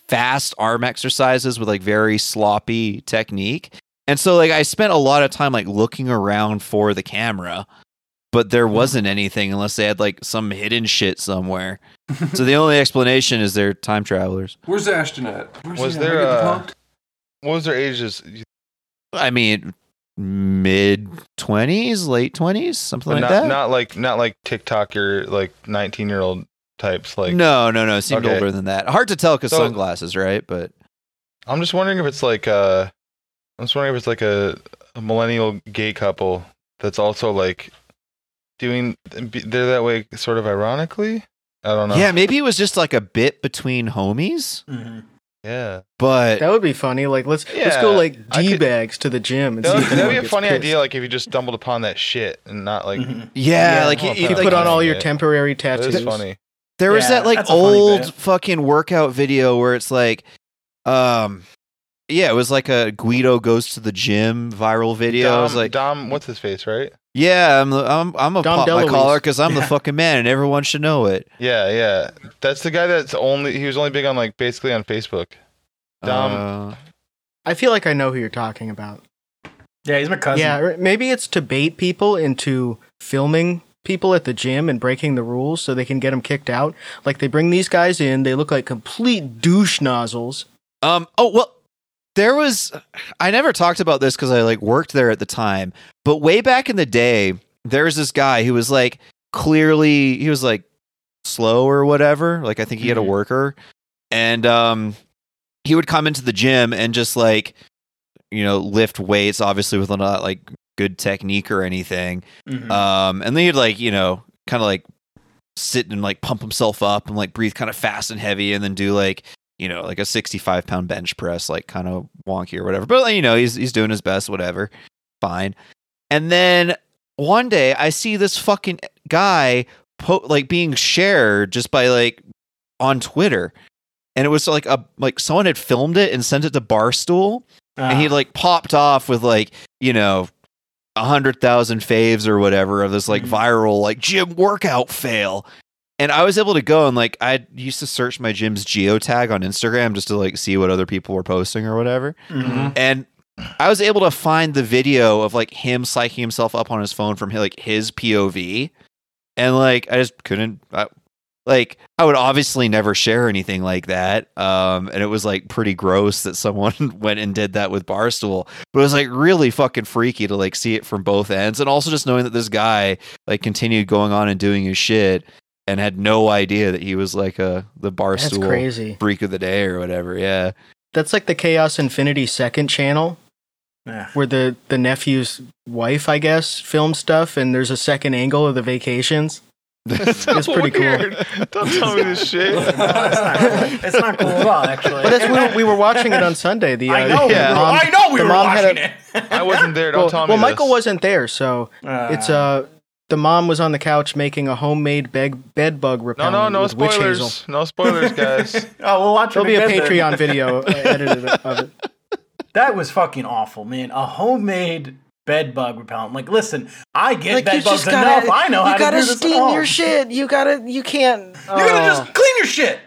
Speaker 4: fast arm exercises with like very sloppy technique. And so like I spent a lot of time like looking around for the camera, but there wasn't anything unless they had like some hidden shit somewhere. so the only explanation is they're time travelers.
Speaker 5: Where's Ashton at? Where's
Speaker 3: Was
Speaker 5: he at? Am I
Speaker 3: there,
Speaker 5: getting
Speaker 3: uh,
Speaker 5: punked?
Speaker 3: What was their ages?
Speaker 4: I mean mid 20s, late 20s, something
Speaker 3: But
Speaker 4: like
Speaker 3: not,
Speaker 4: that.
Speaker 3: not like not like TikTok or like 19 year old types. Like
Speaker 4: no, no, no, it seemed
Speaker 3: Okay.
Speaker 4: older than that. Hard to tell cuz
Speaker 3: So-
Speaker 4: sunglasses, right? But
Speaker 3: I'm just wondering if it's like uh, I'm just wondering if it's like a, a millennial gay couple that's also like doing they're that way sort of ironically. I don't know.
Speaker 4: yeah, maybe it was just like a bit between homies,
Speaker 2: Mhm.
Speaker 3: yeah.
Speaker 4: but
Speaker 1: That would be funny. Like let's let's
Speaker 3: Yeah,
Speaker 1: go like
Speaker 3: I could-
Speaker 1: d bags to the gym and
Speaker 3: That
Speaker 1: see
Speaker 3: would,
Speaker 1: if
Speaker 3: that'd
Speaker 1: anyone
Speaker 3: be a
Speaker 1: gets
Speaker 3: funny
Speaker 1: pissed.
Speaker 3: idea. Like if you just stumbled upon that shit and not like
Speaker 4: Mm-hmm.
Speaker 2: Mhm.
Speaker 4: yeah,
Speaker 1: Yeah,
Speaker 3: oh,
Speaker 4: like you, you
Speaker 3: okay.
Speaker 1: You
Speaker 4: like,
Speaker 1: put on all your
Speaker 3: Yeah.
Speaker 1: temporary
Speaker 3: that is
Speaker 1: tattoos.
Speaker 3: funny.
Speaker 4: There was
Speaker 2: Yeah,
Speaker 4: that like
Speaker 2: that's a funny
Speaker 4: old
Speaker 2: bit.
Speaker 4: fucking workout video where it's like, um, yeah, it was like a Guido goes to the gym viral video. I
Speaker 3: Dom,
Speaker 4: was like,
Speaker 3: Dom, what's his face, right?
Speaker 4: yeah, I'm the- I'm I'm a
Speaker 1: Dom
Speaker 4: pop my
Speaker 1: DeLuise.
Speaker 4: collar because I'm the
Speaker 2: Yeah.
Speaker 4: fucking man and everyone should know it.
Speaker 3: Yeah, yeah. That's the guy that's only he was only big on like basically on Facebook. Dom-
Speaker 4: Uh,
Speaker 1: I feel like I know who you're talking about.
Speaker 2: Yeah, he's my cousin.
Speaker 1: Yeah, or maybe it's to bait people into filming people at the gym and breaking the rules so they can get them kicked out. Like they bring these guys in, they look like complete douche nozzles.
Speaker 4: um. Oh well, there was. I never talked about this because I like worked there at the time, but way back in the day, there was this guy who was like clearly he was like slow or whatever. Like I think he had a
Speaker 2: Mhm.
Speaker 4: worker, and um, he would come into the gym and just like you know lift weights, obviously with not like good technique or anything.
Speaker 2: Mhm.
Speaker 1: Uh,
Speaker 4: Um, and then he'd like you know kind of like sit and like pump himself up and like breathe kind of fast and heavy, and then do like you know like a sixty-five pound bench press, like kind of wonky or whatever. But like, you know he's he's doing his best, whatever, fine. And then one day I see this fucking guy po- like being shared just by like on Twitter. And it was like a like someone had filmed it and sent it to Barstool
Speaker 2: Ah.
Speaker 4: and he like popped off with like you know a hundred thousand faves or whatever of this like
Speaker 2: Mhm.
Speaker 4: viral like gym workout fail and i was able to go and like i used to search my gym's geotag on instagram just to like see what other people were posting or whatever
Speaker 2: Mhm.
Speaker 6: Mm-hmm.
Speaker 4: and i was able to find the video of like him psyching himself up on his phone from like his pov and like i just couldn't I, like i would obviously never share anything like that um and it was like pretty gross that someone went and did that with barstool but it was like really fucking freaky to like see it from both ends and also just knowing that this guy like continued going on and doing his shit and had no idea that he was like a the
Speaker 1: That's
Speaker 4: barstool
Speaker 1: crazy.
Speaker 4: freak of the day or whatever yeah
Speaker 1: That's like the Chaos Infinity second channel
Speaker 2: Yeah.
Speaker 1: where the the nephew's wife, I guess, films stuff, and there's a second angle of the vacations. It's pretty cool.
Speaker 3: cool. Don't tell me this shit.
Speaker 2: No, it's not cool. It's not cool at all, actually.
Speaker 1: But that's when we were watching it on Sunday. The
Speaker 2: I
Speaker 1: uh,
Speaker 2: know.
Speaker 1: the
Speaker 3: yeah.
Speaker 2: We were,
Speaker 1: mom-
Speaker 2: I know we
Speaker 1: the
Speaker 2: were
Speaker 1: mom had
Speaker 2: watching
Speaker 1: a-
Speaker 2: it.
Speaker 3: I wasn't there.
Speaker 1: Well,
Speaker 3: Don't tell me.
Speaker 1: well, Michael
Speaker 3: this.
Speaker 1: wasn't there, so it's uh the mom was on the couch making a homemade bed bed bug
Speaker 3: No,
Speaker 1: repellent
Speaker 3: no, no
Speaker 1: with witch hazel.
Speaker 3: spoilers. No spoilers, guys.
Speaker 2: oh, we'll watch
Speaker 1: There'll be
Speaker 2: it
Speaker 1: a
Speaker 2: again then.
Speaker 1: Patreon video uh, edited of it.
Speaker 2: That was fucking awful, man. A homemade bed bug repellent. Like, listen, I get
Speaker 6: Like you
Speaker 2: bed bugs
Speaker 6: just gotta,
Speaker 2: enough. I know
Speaker 6: you
Speaker 2: how to
Speaker 6: gotta
Speaker 2: do this Oh, at
Speaker 6: steam
Speaker 2: home.
Speaker 6: your shit. You gotta, you can't.
Speaker 2: You gotta
Speaker 3: Oh.
Speaker 2: just clean your shit.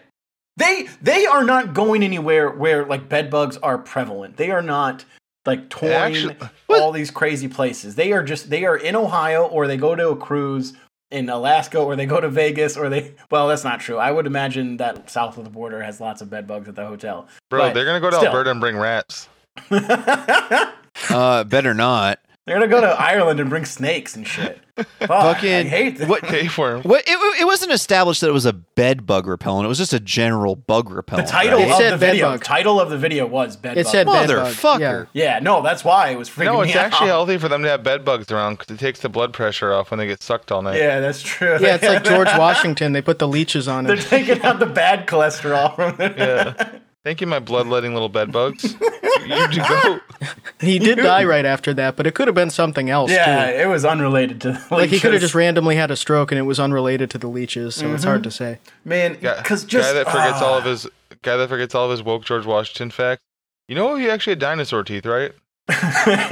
Speaker 2: They they are not going anywhere where like bed bugs are prevalent. They are not like touring
Speaker 3: Actually-
Speaker 2: all these crazy places. They are just they are in Ohio or they go to a cruise in Alaska or they go to Vegas or they well that's not true. I would imagine that south of the border has lots of bed bugs at the hotel.
Speaker 3: Bro,
Speaker 2: But
Speaker 3: they're gonna go to
Speaker 2: still.
Speaker 3: Alberta and bring rats.
Speaker 2: they're
Speaker 4: uh better not
Speaker 2: gonna go to Ireland and bring snakes and shit. Fuck, I
Speaker 4: Fucking-
Speaker 2: hate that.
Speaker 4: what-
Speaker 3: Pay for 'em.
Speaker 4: What it, it wasn't established that it was a bed bug repellent. It was just a general bug
Speaker 2: the
Speaker 4: repellent.
Speaker 2: title
Speaker 1: It
Speaker 4: right?
Speaker 2: of
Speaker 1: said
Speaker 2: the
Speaker 1: bed
Speaker 2: video.
Speaker 1: bug.
Speaker 2: Title of the video was bed
Speaker 1: It
Speaker 2: bug.
Speaker 1: said bed bug,
Speaker 4: Motherfucker.
Speaker 1: yeah.
Speaker 2: Yeah, no, that's why it was freaking
Speaker 3: No,
Speaker 2: me
Speaker 3: it's actually
Speaker 2: out.
Speaker 3: healthy for them to have bed bugs around because it takes the blood pressure off when they get sucked all night.
Speaker 2: Yeah, that's true.
Speaker 1: Yeah, it's like George Washington. They put the leeches on
Speaker 2: They're
Speaker 1: him.
Speaker 2: taking out the bad cholesterol from there.
Speaker 3: Yeah. Thank you, my bloodletting little bed bugs. you do go.
Speaker 1: He did die right after that, but it could have been something else
Speaker 2: Yeah,
Speaker 1: too.
Speaker 2: it was unrelated to
Speaker 1: Like he could have just randomly had a stroke, and it was unrelated to the leeches, so it's
Speaker 3: Mm-hmm.
Speaker 1: hard to say.
Speaker 2: man
Speaker 3: Guy,
Speaker 2: because just
Speaker 3: guy that forgets
Speaker 2: ah,
Speaker 3: all of
Speaker 1: uh,
Speaker 3: his guy that forgets all of his woke George Washington facts. You know he actually had dinosaur teeth, right?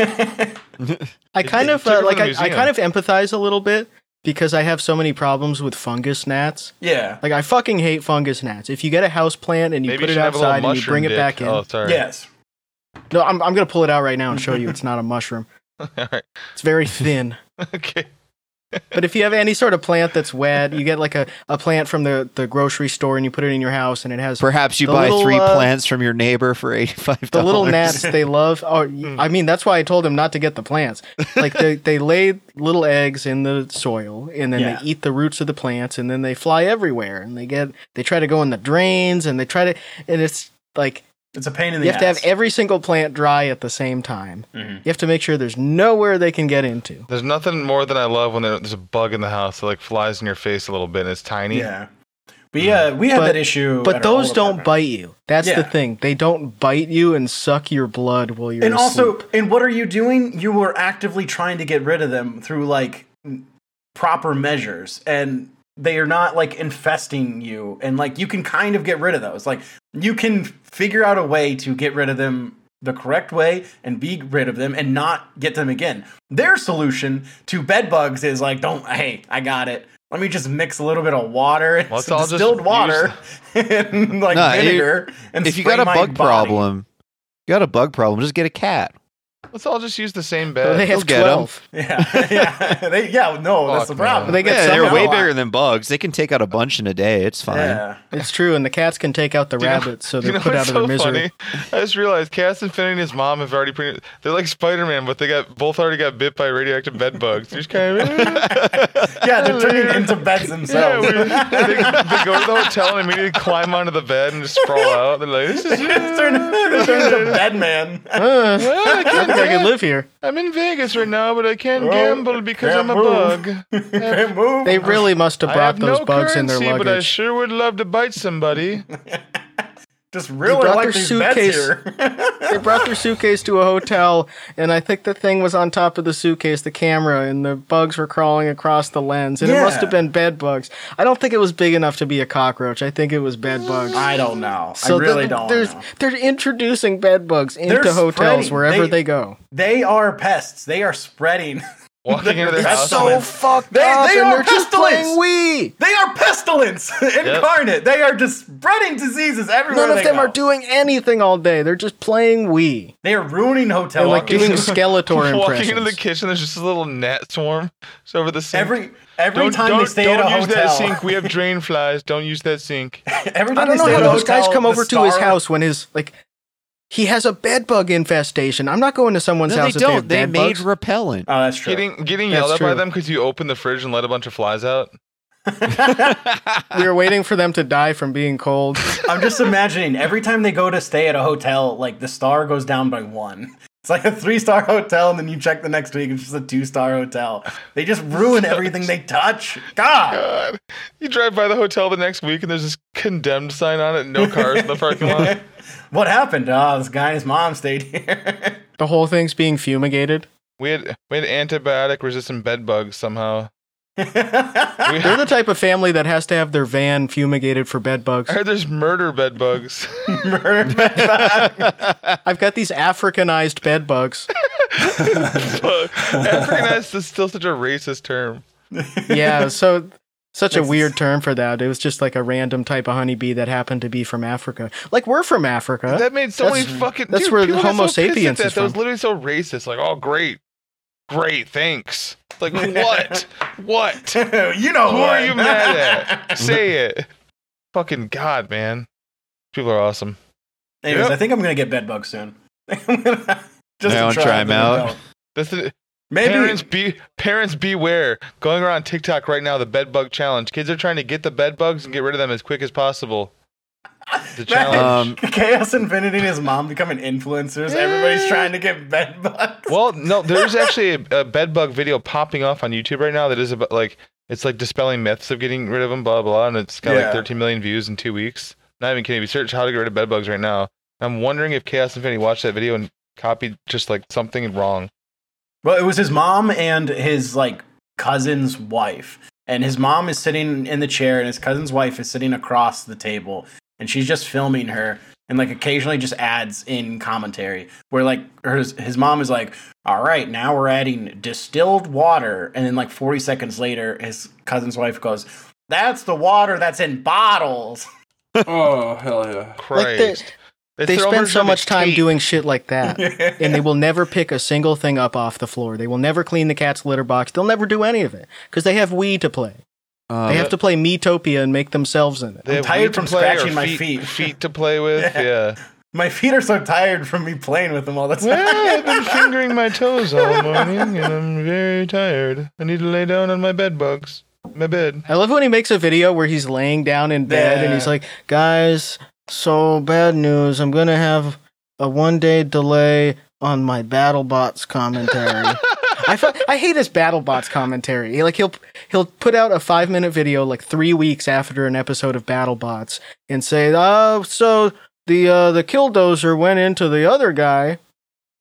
Speaker 1: I kind
Speaker 3: it
Speaker 1: of
Speaker 3: took it
Speaker 1: uh,
Speaker 3: from
Speaker 1: like
Speaker 3: the
Speaker 1: I, I
Speaker 3: museum.
Speaker 1: kind of empathize a little bit because I have so many problems with fungus gnats.
Speaker 2: yeah
Speaker 1: Like I fucking hate fungus gnats. If you get a house plant and you
Speaker 3: Maybe
Speaker 1: put
Speaker 3: you
Speaker 1: it
Speaker 3: should have a little
Speaker 1: outside and you
Speaker 3: mushroom
Speaker 1: bring it
Speaker 3: dick.
Speaker 1: back in,
Speaker 3: Oh, sorry.
Speaker 2: yes
Speaker 1: no, I'm I'm gonna pull it out right now and show you it's not a mushroom.
Speaker 3: all right.
Speaker 1: It's very thin.
Speaker 3: Okay.
Speaker 1: But if you have any sort of plant that's wet, you get like a, a plant from the, the grocery store and you put it in your house and it has
Speaker 4: Perhaps you
Speaker 1: The
Speaker 4: buy
Speaker 1: little,
Speaker 4: three
Speaker 1: uh,
Speaker 4: plants from your neighbor for eighty-five.
Speaker 1: the little gnats they love. Oh,
Speaker 3: Hmm.
Speaker 1: I mean, that's why I told him not to get the plants. Like they, they lay little eggs in the soil and then
Speaker 2: Yeah.
Speaker 1: they eat the roots of the plants and then they fly everywhere and they get, they try to go in the drains and they try to, and it's like
Speaker 2: it's a pain in
Speaker 1: you
Speaker 2: the
Speaker 1: have to have
Speaker 2: ass.
Speaker 1: every single plant dry at the same time.
Speaker 3: Mm-hmm.
Speaker 1: You have to make sure there's nowhere they can get into.
Speaker 3: There's nothing more than I love when there- there's a bug in the house that like flies in your face a little bit and it's tiny.
Speaker 2: yeah we uh we had
Speaker 1: But-
Speaker 2: that issue
Speaker 1: But
Speaker 2: at our old
Speaker 1: those don't
Speaker 2: apartment.
Speaker 1: bite you. That's the
Speaker 2: Yeah.
Speaker 1: thing. They don't bite you and suck your blood while you're
Speaker 2: and also
Speaker 1: asleep.
Speaker 2: and what are you doing you were actively trying to get rid of them through like m- proper measures and they are not like infesting you and like you can kind of get rid of those like you can figure out a way to get rid of them the correct way and be rid of them and not get them again their solution to bed bugs is like don't hey i got it let me just mix a little bit of water and
Speaker 3: Let's
Speaker 2: some
Speaker 3: all just
Speaker 2: distilled
Speaker 3: use-
Speaker 2: water and like
Speaker 4: No, it-
Speaker 2: vinegar and
Speaker 4: If you
Speaker 2: spray
Speaker 4: got a
Speaker 2: my
Speaker 4: bug
Speaker 2: body.
Speaker 4: problem, you got a bug problem. Just get a cat.
Speaker 3: Let's all just use the same
Speaker 1: So they have
Speaker 3: bed.
Speaker 4: They'll get 'em.
Speaker 1: 12.
Speaker 2: Yeah, yeah, they, yeah. No, that's
Speaker 3: Fuck,
Speaker 2: the
Speaker 3: man.
Speaker 2: problem.
Speaker 1: They get
Speaker 4: Yeah,
Speaker 1: some
Speaker 4: they're
Speaker 1: out.
Speaker 4: way bigger than bugs. They can take out a bunch in a day. It's fine.
Speaker 2: Yeah,
Speaker 1: It's true, and the cats can take out the
Speaker 3: you know-
Speaker 1: rabbits, so
Speaker 3: You
Speaker 1: they're
Speaker 3: know
Speaker 1: put out
Speaker 3: what's
Speaker 1: of their
Speaker 3: so
Speaker 1: misery.
Speaker 3: funny? I just realized Cass Infinity and his mom have already pre- they're like Spider Man, but they got both already got bit by radioactive bed bugs. They're just "Eh, kind of
Speaker 2: yeah. They're turning into beds themselves.
Speaker 3: we- they, they go to the hotel and immediately climb onto the bed and just sprawl out. They're like, this is
Speaker 2: They're turning- they're turning into bed man.
Speaker 1: Uh,
Speaker 3: well, I
Speaker 1: I
Speaker 3: can't
Speaker 1: think I could
Speaker 3: gamble.
Speaker 1: live here.
Speaker 3: I'm in Vegas right now, but I can't
Speaker 2: Well,
Speaker 3: gamble because
Speaker 2: can't
Speaker 3: I'm a
Speaker 2: move.
Speaker 3: bug.
Speaker 2: Can't move.
Speaker 1: They really must have
Speaker 3: I
Speaker 1: brought
Speaker 3: have
Speaker 1: those
Speaker 3: no
Speaker 1: bugs in their
Speaker 3: currency, but I
Speaker 1: luggage.
Speaker 3: sure would love to bite somebody.
Speaker 2: Just really
Speaker 1: brought
Speaker 2: like
Speaker 1: their
Speaker 2: these
Speaker 1: suitcase.
Speaker 2: beds
Speaker 1: They
Speaker 2: here.
Speaker 1: brought their suitcase to a hotel, and I think the thing was on top of the suitcase, the camera, and the bugs were crawling across the lens. And it must
Speaker 2: Yeah.
Speaker 1: have been bed bugs. I don't think it was big enough to be a cockroach. I think it was bed bugs.
Speaker 2: I don't know.
Speaker 1: So
Speaker 2: I really
Speaker 1: the-
Speaker 2: don't.
Speaker 1: There's,
Speaker 2: know.
Speaker 1: They're introducing bed bugs into
Speaker 2: They're
Speaker 1: hotels
Speaker 2: spreading.
Speaker 1: wherever
Speaker 2: They-
Speaker 1: they, go.
Speaker 2: They are pests. They are spreading.
Speaker 3: Walking into their
Speaker 2: That's
Speaker 3: house.
Speaker 2: so
Speaker 3: with-
Speaker 1: fucked
Speaker 2: They- they
Speaker 1: and
Speaker 2: are
Speaker 1: they're just
Speaker 2: pestilence.
Speaker 1: playing Wii.
Speaker 2: They are pestilence incarnate. They are just spreading diseases everywhere.
Speaker 1: None of
Speaker 2: they
Speaker 1: them
Speaker 2: go.
Speaker 1: are doing anything all day. They're just playing Wii.
Speaker 2: They are ruining hotel.
Speaker 1: They're like
Speaker 2: rooms.
Speaker 1: doing Skeletor
Speaker 3: Walking into
Speaker 1: impressions.
Speaker 3: the kitchen, there's just a little gnat swarm. It's over the sink.
Speaker 2: every every
Speaker 3: don't
Speaker 2: time
Speaker 3: don't,
Speaker 2: they stay
Speaker 3: don't
Speaker 2: at a
Speaker 3: use that
Speaker 2: hotel.
Speaker 3: sink. We have drain flies. Don't use that sink.
Speaker 2: every
Speaker 1: I
Speaker 2: time
Speaker 1: don't
Speaker 2: they
Speaker 1: know
Speaker 2: stay
Speaker 1: how
Speaker 2: at a
Speaker 1: those guys
Speaker 2: hotel,
Speaker 1: come
Speaker 2: the
Speaker 1: over to his
Speaker 2: star-
Speaker 1: house when his like he has a bed bug infestation. I'm not going to someone's
Speaker 4: No, they
Speaker 1: house if they
Speaker 4: don't.
Speaker 1: have
Speaker 4: They
Speaker 1: bed
Speaker 4: made
Speaker 1: bugs.
Speaker 4: repellent.
Speaker 2: Oh, that's true.
Speaker 3: Getting getting
Speaker 1: That's
Speaker 3: yelled at by
Speaker 1: true.
Speaker 3: them because you opened the fridge and let a bunch of flies out.
Speaker 1: we were waiting for them to die from being cold.
Speaker 2: I'm just imagining every time they go to stay at a hotel, like the star goes down by one. It's like a three star hotel, and then you check the next week, it's just a two star hotel. They just ruin everything they touch. God.
Speaker 3: God. You drive by the hotel the next week and there's this condemned sign on it. No cars in the parking lot.
Speaker 2: What happened? Oh, this guy and his mom stayed here.
Speaker 1: The whole thing's being fumigated.
Speaker 3: We had we had antibiotic resistant bed bugs somehow. We-
Speaker 1: They're the type of family that has to have their van fumigated for bed bugs.
Speaker 3: I heard there's murder bed bugs.
Speaker 1: I've got these Africanized bed bugs.
Speaker 3: Fuck. Africanized is still such a racist term.
Speaker 1: Yeah, so such a
Speaker 2: Makes
Speaker 1: weird term for that. It was just like a random type of honeybee that happened to be from Africa. Like we're from Africa.
Speaker 3: That made so
Speaker 1: That's-
Speaker 3: many fucking.
Speaker 1: that's
Speaker 3: dude,
Speaker 1: where
Speaker 3: people
Speaker 1: the
Speaker 3: got
Speaker 1: Homo
Speaker 3: so pissed at
Speaker 1: sapiens
Speaker 3: that.
Speaker 1: is
Speaker 3: That was
Speaker 1: from.
Speaker 3: literally so racist. Like, oh great, great, thanks. Like what? what?
Speaker 2: you know
Speaker 3: Who
Speaker 2: what?
Speaker 3: are you mad at? Say it. Fucking god, man. People are awesome.
Speaker 2: Anyways,
Speaker 3: Yep.
Speaker 2: I think I'm gonna get bed bugs soon. just
Speaker 4: I
Speaker 2: to
Speaker 4: wanna try 'em
Speaker 2: but
Speaker 4: out.
Speaker 2: no.
Speaker 3: That's the,
Speaker 2: Maybe
Speaker 3: parents be parents beware. Going around TikTok right now, the bed bug challenge. Kids are trying to get the bed bugs and get rid of them as quick as possible. The challenge.
Speaker 4: Um,
Speaker 2: Chaos Infinity and his mom becoming influencers.
Speaker 3: Eh.
Speaker 2: Everybody's trying to get bed bugs.
Speaker 3: Well, no, there's actually a, a bed bug video popping off on YouTube right now that is about like it's like dispelling myths of getting rid of them, blah blah, blah, and it's got
Speaker 2: Yeah.
Speaker 3: like 13 million views in two weeks. Not even kidding. If you search how to get rid of bed bugs right now, I'm wondering if Chaos Infinity watched that video and copied just like something wrong.
Speaker 2: Well, it was his mom and his like cousin's wife. And his mom is sitting in the chair and his cousin's wife is sitting across the table and she's just filming her and like occasionally just adds in commentary where like her, his mom is like, "All right, now we're adding distilled water." And then like 40 seconds later, his cousin's wife goes, "That's the water that's in bottles."
Speaker 5: Oh hell yeah!
Speaker 1: Like, they-
Speaker 3: Christ. It's
Speaker 1: they
Speaker 3: their own
Speaker 1: spend
Speaker 3: version
Speaker 1: so
Speaker 3: of a
Speaker 1: much time
Speaker 3: tape.
Speaker 1: doing shit like that and they will never pick a single thing up off the floor they will never clean the cat's litter box they'll never do any of it because they have we to play
Speaker 4: um,
Speaker 1: they have to play metopia and make themselves in it
Speaker 3: They have
Speaker 2: tired
Speaker 3: feet to
Speaker 2: from
Speaker 3: play or
Speaker 2: scratching my feet.
Speaker 3: Feet to play with. yeah.
Speaker 2: My feet are so tired from me playing with them all the time.
Speaker 3: Well, I've been fingering my toes all morning, and I'm very tired. I need to lay down on my bed bugs. My bed.
Speaker 1: i love when he makes a video where he's laying down in bed and
Speaker 2: Yeah.
Speaker 1: he's like guys so bad news i'm gonna have a one day delay on my battlebots commentary I, fu- I hate his BattleBots commentary. He- Like he'll he'll put out a five minute video like three weeks after an episode of BattleBots and say, "Oh, so the uh, the killdozer went into the other guy,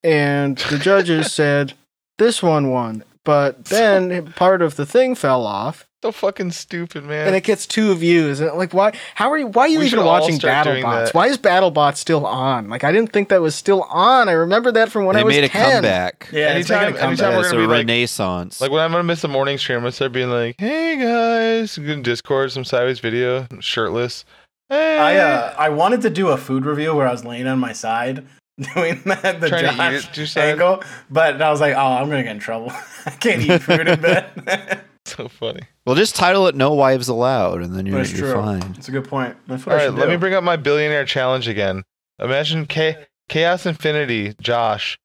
Speaker 1: and the judges said this one won, but then part of the thing fell off,
Speaker 3: So fucking stupid, man.
Speaker 1: and it gets two views. And like, why? How are you? Why are you
Speaker 3: We should
Speaker 1: even
Speaker 3: all
Speaker 1: watching
Speaker 3: start doing
Speaker 1: BattleBots?
Speaker 3: that.
Speaker 1: Why is BattleBots still on? Like, I didn't think that was still on. I remember that from when
Speaker 4: they
Speaker 1: I was
Speaker 4: made a
Speaker 1: 10.
Speaker 4: comeback.
Speaker 2: Yeah, it's making
Speaker 3: Anytime-
Speaker 2: a comeback.
Speaker 3: anytime we're
Speaker 4: it's a
Speaker 3: gonna be like-
Speaker 4: renaissance.
Speaker 3: like when I'm gonna miss the morning stream, I'm gonna start being like, "Hey guys, in Discord, some sideways video, shirtless." Hey,
Speaker 2: I uh, I wanted to do a food review where I was laying on my side doing that the
Speaker 3: Trying to eat it
Speaker 2: Josh
Speaker 3: to your side?
Speaker 2: angle, but I was like, oh, I'm gonna get in trouble. I can't eat food in bed.
Speaker 3: so funny.
Speaker 4: well, just title it "No Wives Allowed," and then you're,
Speaker 2: That's
Speaker 4: you're
Speaker 2: true.
Speaker 4: fine.
Speaker 2: That's a good point. That's what
Speaker 3: All
Speaker 2: I
Speaker 3: right,
Speaker 2: should
Speaker 3: let
Speaker 2: do.
Speaker 3: me bring up my billionaire challenge again. Imagine Cha- Chaos Infinity, Josh.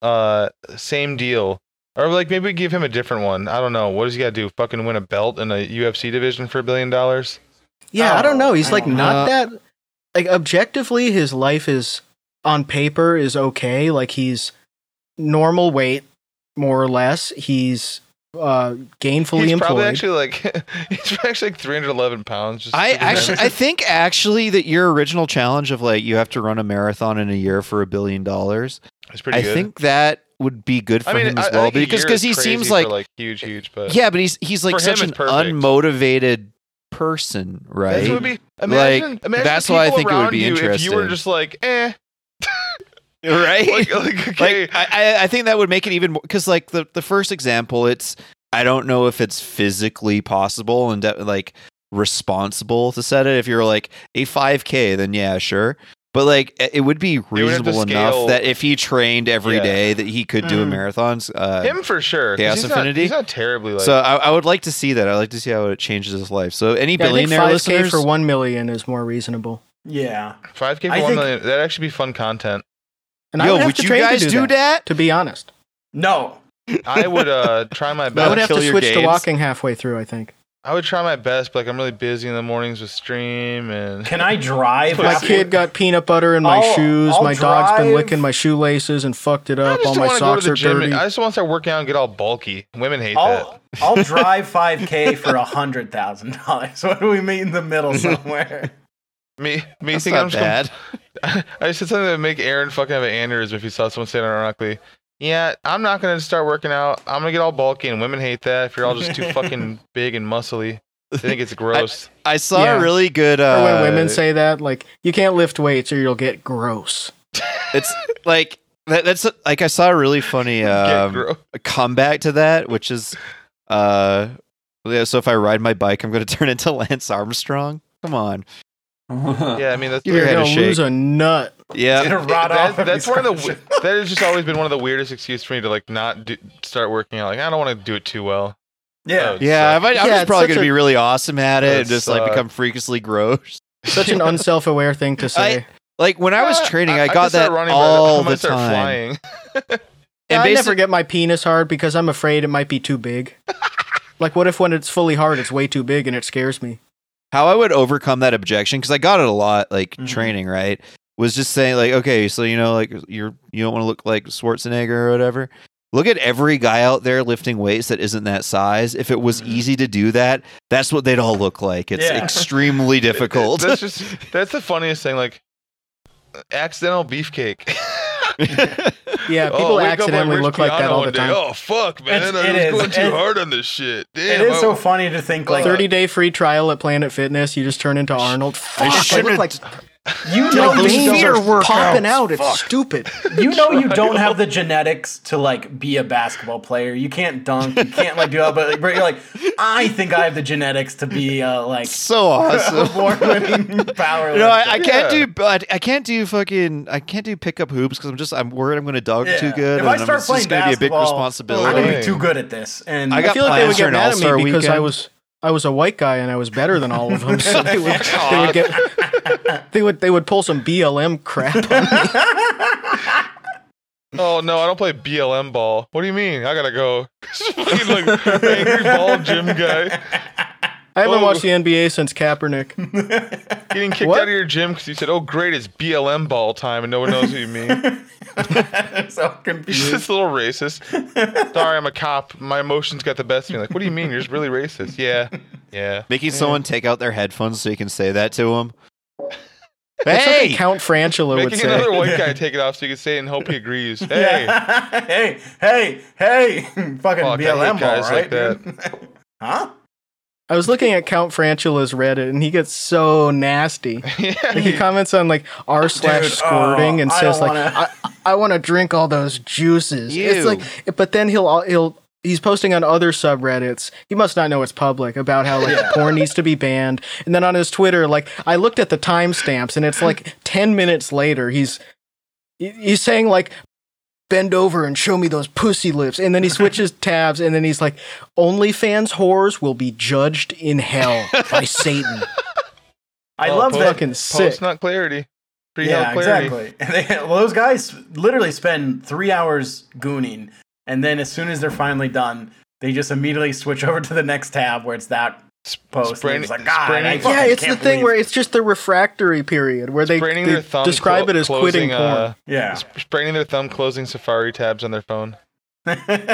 Speaker 3: Uh, same deal, or like maybe we give him a different one. I don't know. What does he got to do? Fucking win a belt in a UFC division for a billion dollars?
Speaker 1: Yeah, I don't know. He's
Speaker 2: I
Speaker 1: like
Speaker 2: don't
Speaker 1: not
Speaker 4: know.
Speaker 1: that like objectively his life is on paper is okay. Like he's normal weight more or less. He's uh, gainfully
Speaker 3: he's
Speaker 1: employed.
Speaker 3: probably actually like he's actually like 311 pounds. Just
Speaker 4: I
Speaker 3: sitting there.
Speaker 4: actually, I think actually that your original challenge of like you have to run a marathon in a year for a billion dollars.
Speaker 3: it's pretty
Speaker 4: I
Speaker 3: good.
Speaker 4: think that would be good for
Speaker 3: I mean,
Speaker 4: him
Speaker 3: I-
Speaker 4: as
Speaker 3: I
Speaker 4: well
Speaker 3: think a
Speaker 4: because
Speaker 3: year
Speaker 4: because
Speaker 3: is
Speaker 4: he
Speaker 3: crazy
Speaker 4: seems
Speaker 3: for,
Speaker 4: like,
Speaker 3: like huge, huge. But
Speaker 4: yeah, but he's he's like
Speaker 3: for him,
Speaker 4: such an
Speaker 3: it's perfect.
Speaker 4: unmotivated person, right?
Speaker 3: This would be imagine, imagine
Speaker 4: that's
Speaker 3: the
Speaker 4: why I
Speaker 3: people
Speaker 4: think it would
Speaker 3: around
Speaker 4: be
Speaker 3: you If you were
Speaker 4: interesting.
Speaker 3: just like, eh,
Speaker 4: right?
Speaker 3: like, like okay,
Speaker 4: Like I, I- I think that would make it even more because like the the first example, it's I don't know if it's physically possible and de- like responsible to set it. If you're like a 5K, then yeah, sure. But like it it would be
Speaker 3: would have to
Speaker 4: reasonable enough
Speaker 3: scale-
Speaker 4: that if he trained every
Speaker 3: Yeah.
Speaker 4: day, that he could do a
Speaker 1: Mm.
Speaker 4: marathons. Uh,
Speaker 3: him for sure. 'cause
Speaker 4: Chaos
Speaker 3: he's not-
Speaker 4: Infinity?
Speaker 3: he's not terribly like.
Speaker 4: so I, I would like to see that. I'd like to see how it changes his life. So any
Speaker 1: Yeah, I think
Speaker 4: billionaire
Speaker 1: 5K
Speaker 4: listeners,
Speaker 1: for one million is more reasonable.
Speaker 2: Yeah.
Speaker 3: 5k for
Speaker 2: I
Speaker 3: 1
Speaker 2: think-
Speaker 3: million. That'd actually be fun content.
Speaker 1: And I
Speaker 4: yo,
Speaker 1: would, have
Speaker 4: would
Speaker 1: to
Speaker 4: you
Speaker 1: train to
Speaker 4: guys do,
Speaker 1: that,
Speaker 4: that?
Speaker 1: To be honest,
Speaker 2: No.
Speaker 3: I would uh try my
Speaker 1: I would
Speaker 3: best.
Speaker 1: have
Speaker 4: kill
Speaker 1: to
Speaker 4: your
Speaker 1: switch to
Speaker 4: gains.
Speaker 1: walking halfway through. I think
Speaker 3: I would try my best, but like I'm really busy in the mornings with stream and
Speaker 2: Can I drive?
Speaker 1: my
Speaker 2: after-
Speaker 1: kid got peanut butter in my
Speaker 2: I'll-
Speaker 1: shoes.
Speaker 2: I'll
Speaker 1: my dog's been
Speaker 2: drive.
Speaker 1: licking my shoelaces and fucked it
Speaker 3: I
Speaker 1: up.
Speaker 3: just
Speaker 1: All
Speaker 3: don't
Speaker 1: my
Speaker 3: want to go to
Speaker 1: socks
Speaker 3: the
Speaker 1: are
Speaker 3: gym.
Speaker 1: dirty.
Speaker 3: and- I just want to start working out and get all bulky. Women hate
Speaker 2: I'll,
Speaker 3: that.
Speaker 2: I'll drive 5K for $100,000. What do we meet in the middle somewhere?
Speaker 3: Me, me
Speaker 4: That's
Speaker 3: think
Speaker 4: not
Speaker 3: I'm just gonna-
Speaker 4: bad.
Speaker 3: I said something that would make Aaron fucking have an aneurysm if he saw someone saying it ironically. Yeah, I'm not gonna start working out. I'm gonna get all bulky, and women hate that if you're all just too fucking big and muscly. They think it's gross.
Speaker 4: I saw
Speaker 1: Yeah.
Speaker 4: a really good. Uh,
Speaker 1: or when women say that, like you can't lift weights or you'll get gross.
Speaker 4: it's like that, that's like I saw a really funny
Speaker 3: Get
Speaker 4: um,
Speaker 3: gro-
Speaker 4: comeback to that, which is uh, yeah, so if I ride my bike, I'm going to turn into Lance Armstrong. Come on,
Speaker 3: yeah, I mean that's
Speaker 4: Give your
Speaker 1: You're
Speaker 4: head a
Speaker 1: gonna
Speaker 4: shake.
Speaker 1: lose a nut.
Speaker 4: yeah,
Speaker 2: It'll rot
Speaker 3: that-
Speaker 2: off if
Speaker 3: that's
Speaker 2: you
Speaker 3: one of the
Speaker 2: scratch
Speaker 3: we- that has just always been one of the weirdest excuses for me to like not do, start working out. Like I don't want to do it too well.
Speaker 2: it. Yeah.
Speaker 3: Oh.
Speaker 4: yeah. I might, I'm
Speaker 1: Yeah,
Speaker 4: just
Speaker 1: it's such
Speaker 4: probably going to
Speaker 1: a-
Speaker 4: be really awesome at
Speaker 3: That
Speaker 4: it and just like
Speaker 3: sucks.
Speaker 4: become freakishly gross.
Speaker 1: Such an unself-aware thing to say.
Speaker 4: Like when I was
Speaker 3: Yeah,
Speaker 4: training, I,
Speaker 3: could
Speaker 4: got
Speaker 3: start
Speaker 4: that
Speaker 3: running, but Uh, I
Speaker 4: all
Speaker 3: might
Speaker 4: the
Speaker 3: start
Speaker 4: time.
Speaker 3: Flying.
Speaker 1: Yeah,
Speaker 4: And
Speaker 1: I
Speaker 4: basic-
Speaker 1: never get my penis hard because I'm afraid it might be too big. like, what if when it's fully hard, it's way too big and it scares me?
Speaker 4: how I would overcome that objection because I got it a lot, like
Speaker 2: Mhm.
Speaker 4: training, right? Was just saying like, okay, so you know, like you're you don't want to look like Schwarzenegger or whatever. Look at every guy out there lifting weights that isn't that size. If it was
Speaker 2: Mhm.
Speaker 4: easy to do that, that's what they'd all look like. It's
Speaker 2: Yeah.
Speaker 4: extremely difficult.
Speaker 3: That's just that's the funniest thing. Like accidental beefcake.
Speaker 1: Yeah,
Speaker 3: Oh,
Speaker 1: people
Speaker 3: wake up
Speaker 1: accidentally
Speaker 3: Rich
Speaker 1: look like
Speaker 3: Piano
Speaker 1: that all
Speaker 3: one
Speaker 1: the
Speaker 3: day.
Speaker 1: time.
Speaker 3: Oh fuck, man!
Speaker 2: It's-
Speaker 3: I
Speaker 2: it
Speaker 3: was
Speaker 2: is.
Speaker 3: going too
Speaker 2: It-
Speaker 3: hard on this shit. Damn, oh.
Speaker 2: It is
Speaker 3: I-
Speaker 2: so funny to think like
Speaker 1: Thirty day free trial at Planet Fitness. You just turn into Arnold. Fuck, I
Speaker 4: shouldn't-
Speaker 1: look like
Speaker 2: you know
Speaker 1: my
Speaker 2: you
Speaker 1: veins
Speaker 2: don't-
Speaker 1: are popping out. It's stupid.
Speaker 2: you know you don't have the genetics to like be a basketball player. You can't dunk. You can't like do all. But, but you're like, I think I have the genetics to be uh, like
Speaker 4: so awesome.
Speaker 2: award-winning power.
Speaker 4: No, I, I can't
Speaker 3: Yeah.
Speaker 4: do, but I can't do fucking, I can't do pickup hoops because I'm just, I'm worried I'm going to dunk
Speaker 2: Yeah.
Speaker 4: too good.
Speaker 2: If I
Speaker 4: and
Speaker 2: start
Speaker 4: I'm, it's
Speaker 2: playing
Speaker 4: just gonna be a big
Speaker 2: basketball, I'm
Speaker 4: responsibility.
Speaker 2: gonna
Speaker 3: Dang.
Speaker 2: be too good at this. And
Speaker 4: I
Speaker 1: I
Speaker 4: got
Speaker 1: feel like they would
Speaker 4: plans for
Speaker 1: get
Speaker 4: an
Speaker 1: mad at me
Speaker 4: All-Star
Speaker 1: because I
Speaker 4: weekend.
Speaker 1: was I was a white guy and I was better than all of them. So they would, they would get they would they would pull some BLM crap. on me.
Speaker 3: Oh no, I don't play BLM ball. What do you mean? I gotta go. Fucking, like angry ball gym guy
Speaker 1: I haven't
Speaker 3: Oh.
Speaker 1: watched the NBA since Kaepernick.
Speaker 3: getting kicked
Speaker 1: What?
Speaker 3: out of your gym because you said, "Oh great, it's BLM ball time," and no one knows who you mean.
Speaker 2: I'm so
Speaker 3: He's
Speaker 2: confused.
Speaker 3: just a little racist. Sorry, I'm a cop. My emotions got the best of me. Like, what do you mean? You're just really racist. Yeah, yeah.
Speaker 4: Making someone take out their headphones so you can say that to them.
Speaker 1: That's something
Speaker 4: hey,
Speaker 1: Count Frantula would
Speaker 3: Making
Speaker 1: say.
Speaker 3: another white guy take it off so you can say it and hope he agrees. Hey,
Speaker 2: Yeah. hey, hey, hey! Fucking
Speaker 3: I hate
Speaker 2: BLM ball,
Speaker 3: guys like
Speaker 2: right? dude? huh?
Speaker 1: I was looking at Count Frantula's Reddit, and he gets so nasty. Like he comments on like r slash
Speaker 2: Dude,
Speaker 1: squirting
Speaker 2: oh,
Speaker 1: and
Speaker 2: I
Speaker 1: says
Speaker 2: don't
Speaker 1: like
Speaker 2: wanna-
Speaker 1: I, I want to drink all those juices.
Speaker 4: Ew.
Speaker 1: It's like, but then he'll al- he'll he's posting on other subreddits. He must not know it's public about how like porn needs to be banned. And then on his Twitter, like I looked at the timestamps, and it's like ten minutes later. He's he- he's saying like bend over and show me those pussy lips. And then he switches tabs and then he's like, OnlyFans whores will be judged in hell by Satan.
Speaker 2: I
Speaker 3: Oh,
Speaker 2: love
Speaker 3: post-
Speaker 2: that.
Speaker 1: Fucking
Speaker 3: Post
Speaker 1: sick.
Speaker 3: not clarity. Pre
Speaker 2: yeah,
Speaker 3: yeah, clarity.
Speaker 2: exactly. And they, well, those guys literally spend three hours gooning, and then as soon as they're finally done, they just immediately switch over to the next tab where it's that post. and
Speaker 3: spraining-
Speaker 2: it's like, God, I
Speaker 3: spraining-
Speaker 2: fucking
Speaker 1: Yeah, it's the
Speaker 2: can't
Speaker 1: thing
Speaker 2: believe-"
Speaker 1: where it's just the refractory period where they,
Speaker 3: Spraining
Speaker 1: they
Speaker 3: their thumb.
Speaker 1: describe
Speaker 3: clo-
Speaker 1: it as
Speaker 3: closing,
Speaker 1: quitting porn.
Speaker 3: uh,
Speaker 2: yeah,
Speaker 3: sp- spraining their thumb, closing Safari tabs on their phone.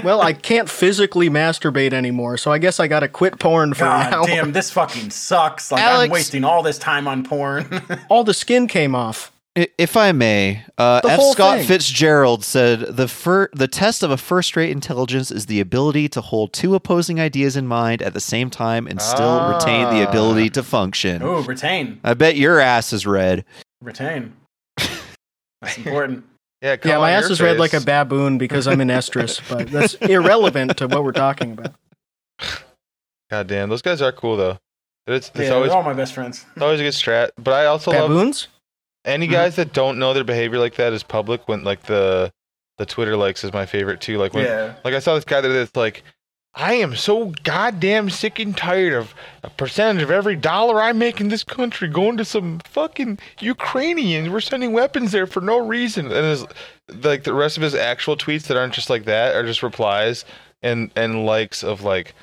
Speaker 1: Well, I can't physically masturbate anymore, so I guess I gotta quit porn for
Speaker 2: God
Speaker 1: now.
Speaker 2: damn, this fucking sucks. Like I'm
Speaker 4: Alex-
Speaker 2: wasting all this time on porn.
Speaker 1: All the skin came off.
Speaker 4: I- If I may, uh,
Speaker 1: The
Speaker 4: F.
Speaker 1: whole
Speaker 4: Scott
Speaker 1: thing.
Speaker 4: Fitzgerald said the fir- the test of a first-rate intelligence is the ability to hold two opposing ideas in mind at the same time and still retain the
Speaker 3: Ah.
Speaker 4: ability to function.
Speaker 1: Oh.
Speaker 2: Ooh, retain,
Speaker 4: I bet your ass is red.
Speaker 2: retain. That's important.
Speaker 3: Yeah,
Speaker 1: yeah,
Speaker 3: call
Speaker 1: my
Speaker 3: out
Speaker 1: ass
Speaker 3: your
Speaker 1: is red like a
Speaker 3: face.
Speaker 1: baboon because I'm an estrus, but that's irrelevant to what we're talking about.
Speaker 3: God damn, those guys are cool though. It's, it's
Speaker 2: yeah,
Speaker 3: always
Speaker 2: they're all my best friends.
Speaker 3: it's always a good strat. But I also love
Speaker 1: Baboons?
Speaker 3: any
Speaker 1: Mm-hmm.
Speaker 3: guys that don't know their behavior like that is public. When like the the Twitter likes is my favorite too. Like when
Speaker 2: Yeah.
Speaker 3: like I saw this guy that that's like, I am so goddamn sick and tired of a percentage of every dollar I make in this country going to some fucking Ukrainians. We're sending weapons there for no reason. And it's like the rest of his actual tweets that aren't just like that are just replies and and likes of like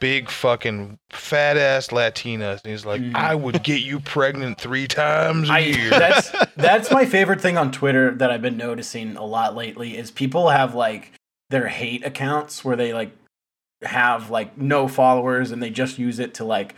Speaker 3: big fucking fat ass Latinas. And he's like, I would get you pregnant three times a
Speaker 2: I,
Speaker 3: year.
Speaker 2: that's that's my favorite thing on Twitter that I've been noticing a lot lately is people have like their hate accounts where they like have like no followers and they just use it to like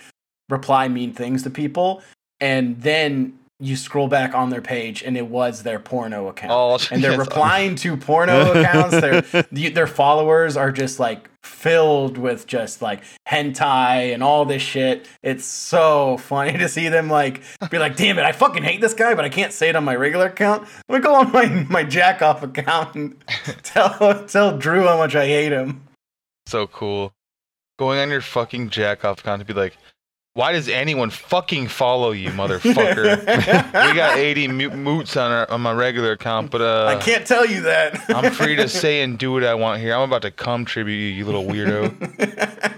Speaker 2: reply mean things to people and then you scroll back on their page and it was their porno account
Speaker 3: Oh,
Speaker 2: and they're
Speaker 3: yes.
Speaker 2: replying to porno accounts their the- their followers are just like filled with just like hentai and all this shit it's so funny to see them like be like damn it i fucking hate this guy but i can't say it on my regular account let me go on my my jack off account and tell tell drew how much i hate him
Speaker 3: so cool. Going on your fucking jack off account to be like, why does anyone fucking follow you, motherfucker? we got 80 mo- moots on our on my regular account, but uh,
Speaker 2: I can't tell you that.
Speaker 3: I'm free to say and do what I want here. I'm about to come tribute you, you little weirdo.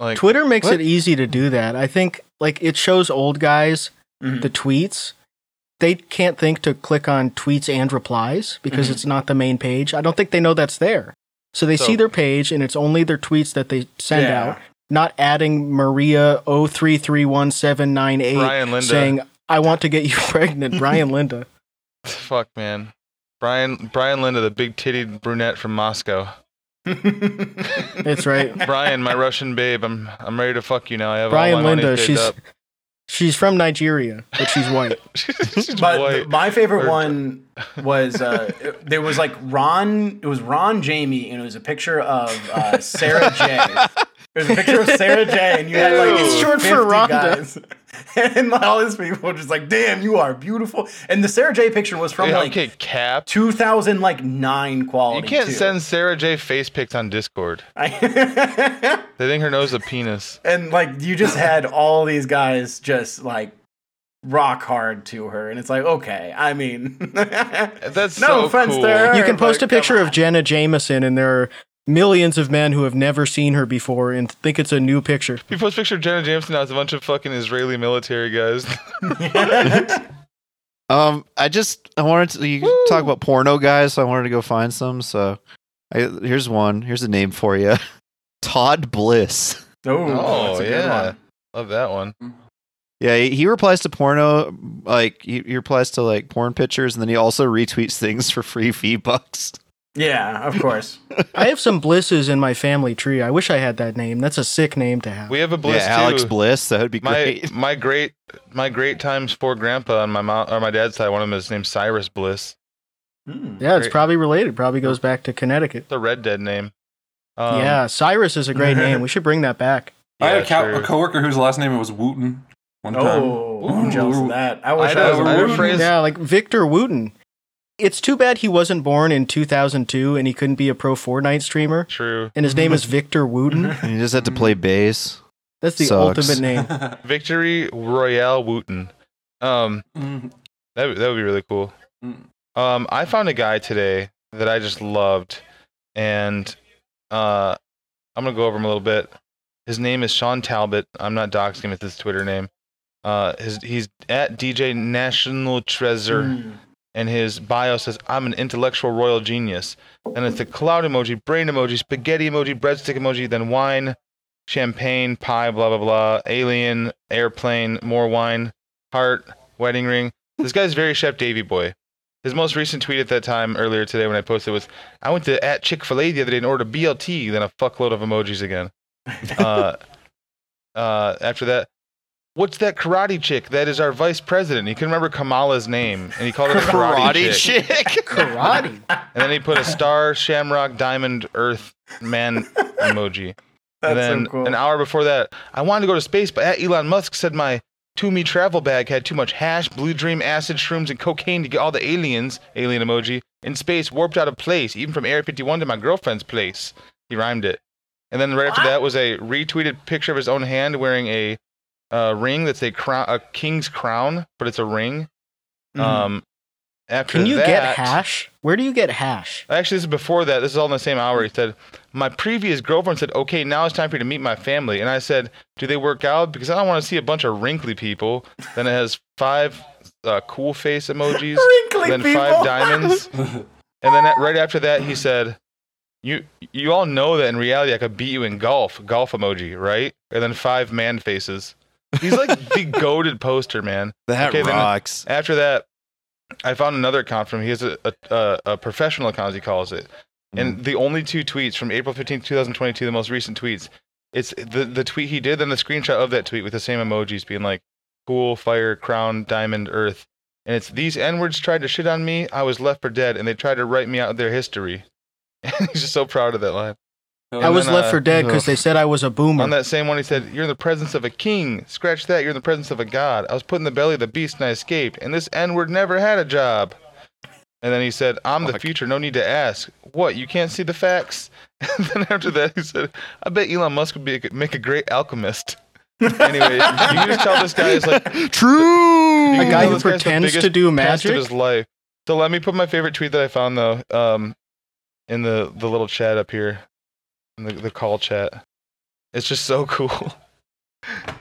Speaker 3: Like,
Speaker 1: Twitter makes it
Speaker 4: What?
Speaker 1: easy to do that. I think like it shows old guys
Speaker 3: Mm-hmm.
Speaker 2: Mhm.
Speaker 1: the tweets. They can't think to click on tweets and replies because
Speaker 2: Mhm.
Speaker 1: it's not the main page. I don't think they know that's there. So they
Speaker 3: Mm-hmm. So-
Speaker 1: see their page and it's only their tweets that they send
Speaker 2: Yeah.
Speaker 1: out, not adding Maria 0331798
Speaker 3: Brian Linda.
Speaker 1: saying I want to get you pregnant, Brian Linda.
Speaker 3: fuck, man. Brian Brian Linda, the big titted brunette from Moscow.
Speaker 1: That's right.
Speaker 3: Brian, my Russian babe, I'm I'm ready to fuck you now. I have all
Speaker 1: Brian
Speaker 3: my
Speaker 1: Linda,
Speaker 3: money saved
Speaker 1: she's
Speaker 3: up.
Speaker 1: she's from Nigeria, but she's white.
Speaker 3: she's
Speaker 2: but
Speaker 3: white.
Speaker 2: th- my favorite
Speaker 3: Or-
Speaker 2: one was uh, it- there was like Ron. It was Ron Jamie, and it was a picture of uh, Sarah J. It was a picture of Sarah J. And you had like
Speaker 3: Ew.
Speaker 1: It's short for
Speaker 2: 50
Speaker 1: Rhonda.
Speaker 2: guys. And like, all these people were just like, "Damn, you are beautiful." And the Sarah J. picture was from
Speaker 3: Yeah,
Speaker 2: like
Speaker 3: okay, cap.
Speaker 2: 2000 like nine
Speaker 3: You
Speaker 2: quality.
Speaker 3: can't
Speaker 2: too.
Speaker 3: send Sarah J face pics on Discord.
Speaker 2: I-
Speaker 3: They think her nose is a penis.
Speaker 2: and like you just had all these guys just like rock hard to her and it's like okay i mean
Speaker 3: That's
Speaker 2: no
Speaker 3: so
Speaker 2: offense
Speaker 3: cool.
Speaker 2: to her
Speaker 1: You can
Speaker 2: but
Speaker 1: post a
Speaker 2: come
Speaker 1: picture of
Speaker 2: on.
Speaker 1: Jenna Jameson, and there are millions of men who have never seen her before and think it's a new picture.
Speaker 3: You post a picture of Jenna Jameson now, it's a bunch of fucking Israeli military guys.
Speaker 4: Um, I just I wanted to you talk about porno guys, so I wanted to go find some. So, I, here's one. Here's a name for you, Todd Bliss.
Speaker 2: Ooh,
Speaker 3: Oh,
Speaker 2: that's a good
Speaker 3: yeah.
Speaker 2: one.
Speaker 3: Love that one.
Speaker 4: Yeah, he, he replies to porno like he, he replies to like porn pictures, and then he also retweets things for free V bucks.
Speaker 2: yeah of course
Speaker 1: I have some Blisses in my family tree. I wish I had that name. That's a sick name to have.
Speaker 3: We have a bliss
Speaker 4: yeah, Alex
Speaker 3: too.
Speaker 4: Bliss. That would be
Speaker 3: my
Speaker 4: great.
Speaker 3: my great my great times four grandpa on my mom or my dad's side. One of them is named Cyrus Bliss.
Speaker 2: Hmm.
Speaker 1: yeah, it's
Speaker 3: great.
Speaker 1: probably related. Probably goes back to Connecticut.
Speaker 3: The Red Dead name. Um,
Speaker 1: yeah, Cyrus is a great name. We should bring that back.
Speaker 5: I had
Speaker 3: yeah,
Speaker 5: a, co-
Speaker 3: sure.
Speaker 5: a coworker whose last name was Wooten. One time.
Speaker 2: oh
Speaker 5: Ooh.
Speaker 2: i'm jealous of that i wish
Speaker 3: I'd
Speaker 2: i,
Speaker 3: have-
Speaker 2: was
Speaker 5: I'd have
Speaker 2: Wooten.
Speaker 3: phrased- Is-
Speaker 1: Yeah, like Victor Wooten. It's too bad he wasn't born in 2002 and he couldn't be a pro Fortnite streamer.
Speaker 3: True.
Speaker 1: And his name is Victor Wooten.
Speaker 2: Mm.
Speaker 4: And you just have to play bass.
Speaker 1: That's the
Speaker 4: Sucks.
Speaker 1: ultimate name.
Speaker 3: Victory Royale Wooten. Um,
Speaker 5: Mm.
Speaker 3: that would- that would be really cool.
Speaker 5: Mm.
Speaker 3: Um, I found a guy today that I just loved, and uh, I'm gonna go over him a little bit. His name is Sean Talbot. I'm not doxing him with his Twitter name. Uh, his he's at DJ National Treasure,
Speaker 2: Hmm.
Speaker 3: and his bio says, "I'm an intellectual royal genius." And it's a cloud emoji, brain emoji, spaghetti emoji, breadstick emoji, then wine, champagne, pie, blah blah blah, alien, airplane, more wine, heart, wedding ring. This guy's very Chef Davy boy. His most recent tweet at that time earlier today when I posted was, "I went to at Chick Fil A the other day and ordered BLT." Then a fuckload of emojis again. Uh, uh, after that, what's that karate chick? That is our vice president. He couldn't remember Kamala's name, and he called her the karate, chick.
Speaker 4: chick.
Speaker 1: Karate.
Speaker 3: And then he put a star, shamrock, diamond, earth, man emoji.
Speaker 2: That's
Speaker 3: and then
Speaker 2: so cool.
Speaker 3: an hour before that, I wanted to go to space, but at Elon Musk said my to me travel bag had too much hash, blue dream, acid, shrooms, and cocaine to get all the aliens, alien emoji, in space warped out of place, even from Area 51 to my girlfriend's place. He rhymed it. And then right after that was a retweeted picture of his own hand wearing a uh, ring that's a crown, a king's crown, but it's a ring.
Speaker 2: Mhm.
Speaker 3: Um, after
Speaker 1: Can you
Speaker 3: that,
Speaker 1: get hash? Where do you get hash?
Speaker 3: Actually, this is before that. This is all in the same hour. He said, My previous girlfriend said, Okay, now it's time for you to meet my family. And I said, Do they work out? Because I don't want to see a bunch of wrinkly people. Then it has five uh, cool face emojis,
Speaker 2: Wrinkly
Speaker 3: then
Speaker 2: people.
Speaker 3: five diamonds. and then that- right after that, he said, you, you all know that in reality, I could beat you in golf, golf emoji, right? And then five man faces. He's like the goaded poster, man.
Speaker 4: That
Speaker 3: Okay, then- uh,
Speaker 4: rocks.
Speaker 3: After that, I found another account from him. He has a, a, a, a professional account, as he calls it. And the only two tweets from April 15th, 2022, the most recent tweets, it's the, the tweet he did, then the screenshot of that tweet with the same emojis being like, cool, fire, crown, diamond, earth. And it's these N words tried to shit on me. I was left for dead, and they tried to write me out of their history. And he's just so proud of that line.
Speaker 1: I was
Speaker 3: then,
Speaker 1: left
Speaker 3: uh,
Speaker 1: for dead because they said I was a boomer.
Speaker 3: On that same one, he said, You're in the presence of a king. Scratch that. You're in the presence of a god. I was put in the belly of the beast and I escaped. And this N word never had a job. And then he said, I'm the future. No need to ask. What? You can't see the facts? And then after that, he said, I bet Elon Musk would be a, make a great alchemist. anyway, you can just tell this guy is like,
Speaker 4: True.
Speaker 3: you
Speaker 1: a
Speaker 3: can
Speaker 1: guy
Speaker 3: tell
Speaker 1: who
Speaker 3: this guy's the
Speaker 1: pretends to
Speaker 3: biggest
Speaker 1: do
Speaker 3: pest of
Speaker 1: magic.
Speaker 3: his life. So let me put my favorite tweet that I found though, um, in the the little chat up here, in the, the call chat. It's just so cool.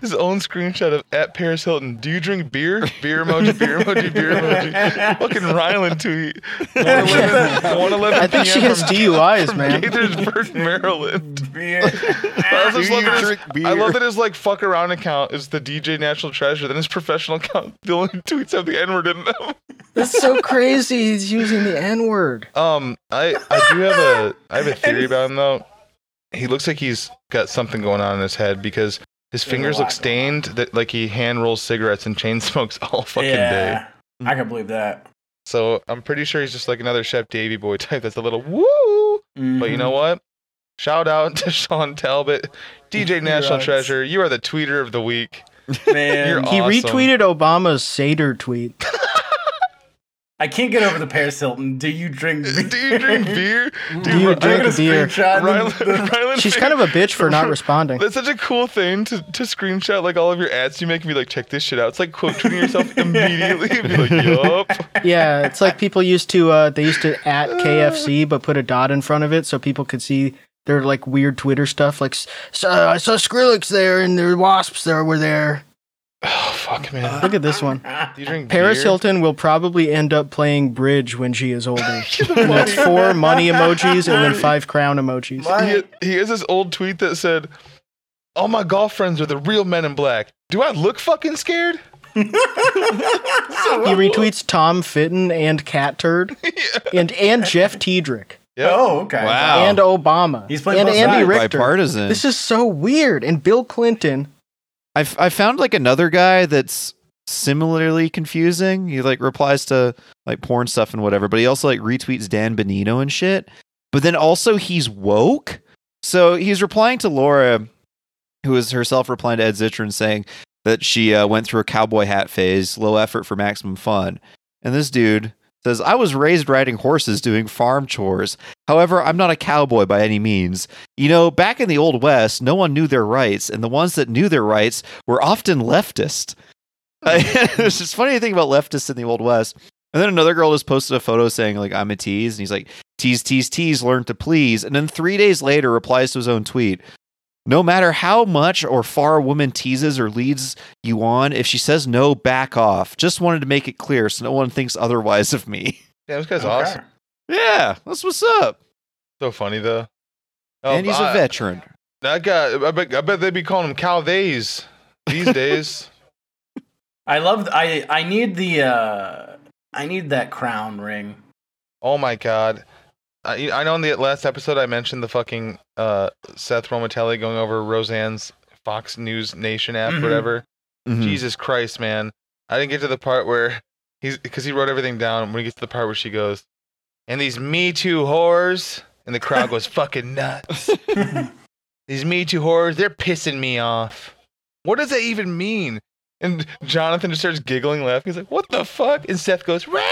Speaker 3: His own screenshot of at Paris Hilton. Do you drink beer? Beer emoji. Beer emoji. Beer emoji. Fucking Ryland tweet. 111, 111
Speaker 1: I think she
Speaker 3: PM
Speaker 1: has
Speaker 3: from-
Speaker 1: DUIs,
Speaker 3: from
Speaker 1: man.
Speaker 3: Gaithersburg, Maryland. I also just
Speaker 4: Do
Speaker 3: love
Speaker 4: you
Speaker 3: that his-
Speaker 4: drink
Speaker 3: I
Speaker 4: beer?
Speaker 3: love that his like fuck around account is the DJ National Treasure. Then his professional account, the only tweets have the N word in them.
Speaker 6: That's so crazy. He's using the N word.
Speaker 3: Um, I I do have a I have a theory about him though. He looks like he's got something going on in his head because his
Speaker 2: There's a
Speaker 3: fingers look
Speaker 2: lot going
Speaker 3: stained that like he hand rolls cigarettes and chain smokes all fucking day.
Speaker 2: I can believe that.
Speaker 3: So I'm pretty sure he's just like another Chef Davy boy type. That's a little woo. But you
Speaker 1: Mm-hmm.
Speaker 3: know what? Shout out to Sean Talbot, DJ National
Speaker 2: Right.
Speaker 3: Treasure. You are the tweeter of the week.
Speaker 2: what, Mm-hmm. man,
Speaker 3: You're
Speaker 1: He
Speaker 3: awesome.
Speaker 1: retweeted Obama's Seder tweet.
Speaker 2: I can't get over the Paris Hilton. Do you drink?
Speaker 3: Do you drink beer?
Speaker 1: Do you
Speaker 3: Dude,
Speaker 2: I'm gonna
Speaker 1: drink beer?
Speaker 2: screenshot
Speaker 3: Rylan,
Speaker 2: the- the-
Speaker 3: Rylan
Speaker 1: She's kind of a bitch for not responding.
Speaker 3: That's such a cool thing to, to screenshot like all of your ads you make and be like, check this shit out. It's like quote tweeting yourself immediately and be like, yup.
Speaker 1: Yeah, it's like people used to uh, they used to at KFC but put a dot in front of it so people could see their like weird Twitter stuff. Like s- so, I saw Skrillex there and their wasps there were there.
Speaker 3: Oh fuck man.
Speaker 1: Look at this one.
Speaker 3: you drink
Speaker 1: Uh, Paris
Speaker 3: beer?
Speaker 1: Hilton will probably end up playing bridge when she is older.
Speaker 3: money.
Speaker 1: And that's four money emojis and then five crown emojis.
Speaker 3: He, he has this old tweet that said, All my golf friends are the real men in black. Do I look fucking scared?
Speaker 1: He retweets Tom Fitton and Cat Turd and and Jeff Tiedrick
Speaker 2: Oh, okay.
Speaker 4: Wow.
Speaker 1: and Obama
Speaker 2: He's playing
Speaker 1: and
Speaker 2: both
Speaker 1: Andy
Speaker 2: sides.
Speaker 1: Richter.
Speaker 4: Bipartisan.
Speaker 1: This is so weird. And Bill Clinton.
Speaker 4: I f- I found like another guy that's similarly confusing. He like replies to like porn stuff and whatever, but he also like retweets Dan Benito and shit. But then also he's woke. So he's replying to Laura, who is herself replying to Ed Zitron saying that she uh, went through a cowboy hat phase, low effort for maximum fun. And this dude says, I was raised riding horses doing farm chores. However, I'm not a cowboy by any means. You know, back in the Old West, no one knew their rights, and the ones that knew their rights were often leftist.
Speaker 3: Hmm.
Speaker 4: There's this funny thing about leftists in the Old West. And then another girl just posted a photo saying, like, I'm a tease. And he's like, tease, tease, tease, learn to please. And then three days later, replies to his own tweet. No matter how much or far a woman teases or leads you on, if she says no, back off. Just wanted to make it clear so no one thinks otherwise of me.
Speaker 3: Yeah, this guy's
Speaker 2: Okay.
Speaker 3: awesome.
Speaker 4: Yeah, that's what's up.
Speaker 3: So funny though. Oh,
Speaker 4: And he's a
Speaker 3: I-
Speaker 4: veteran.
Speaker 3: That guy, I bet, I bet they'd be calling him Cal Days these days.
Speaker 2: I love. I I need the. uh I need that crown ring.
Speaker 3: Oh my god. I, I know in the last episode I mentioned the fucking uh, Seth Romatelli going over Roseanne's Fox News Nation app,
Speaker 4: Mm-hmm.
Speaker 2: Mhm.
Speaker 3: whatever.
Speaker 4: Mhm.
Speaker 3: Jesus Christ, man! I didn't get to the part where he's because he wrote everything down. When he gets to the part where she goes, and these Me Too whores, and the crowd goes fucking nuts. these Me Too whores, they're pissing me off. What does that even mean? And Jonathan just starts giggling, laughing. He's like, "What the fuck?" And Seth goes, "Rape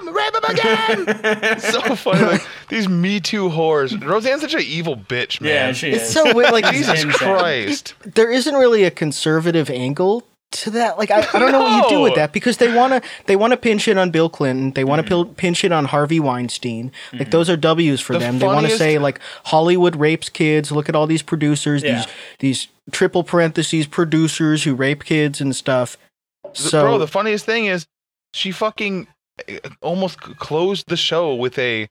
Speaker 3: him! Rape him again!" It's so funny. Like these Me Too whores. Roseanne's such an evil bitch, man.
Speaker 2: yeah, she is.
Speaker 1: It's so weird. Like
Speaker 3: Jesus
Speaker 2: Insane.
Speaker 3: Christ.
Speaker 1: there isn't really a conservative angle to that. Like I, I don't know what you do
Speaker 3: No. Mm.
Speaker 1: with that because they want to they want to pinch it on Bill Clinton. They want to pinch it on Harvey Weinstein. Like those are W's for
Speaker 3: The
Speaker 1: them. They want to
Speaker 3: funniest-
Speaker 1: say like Hollywood rapes kids. Look at all these producers.
Speaker 2: Yeah.
Speaker 1: These these triple parentheses producers who rape kids and stuff.
Speaker 3: The-
Speaker 1: So
Speaker 3: bro, the funniest thing is she fucking uh, almost c- closed the show with a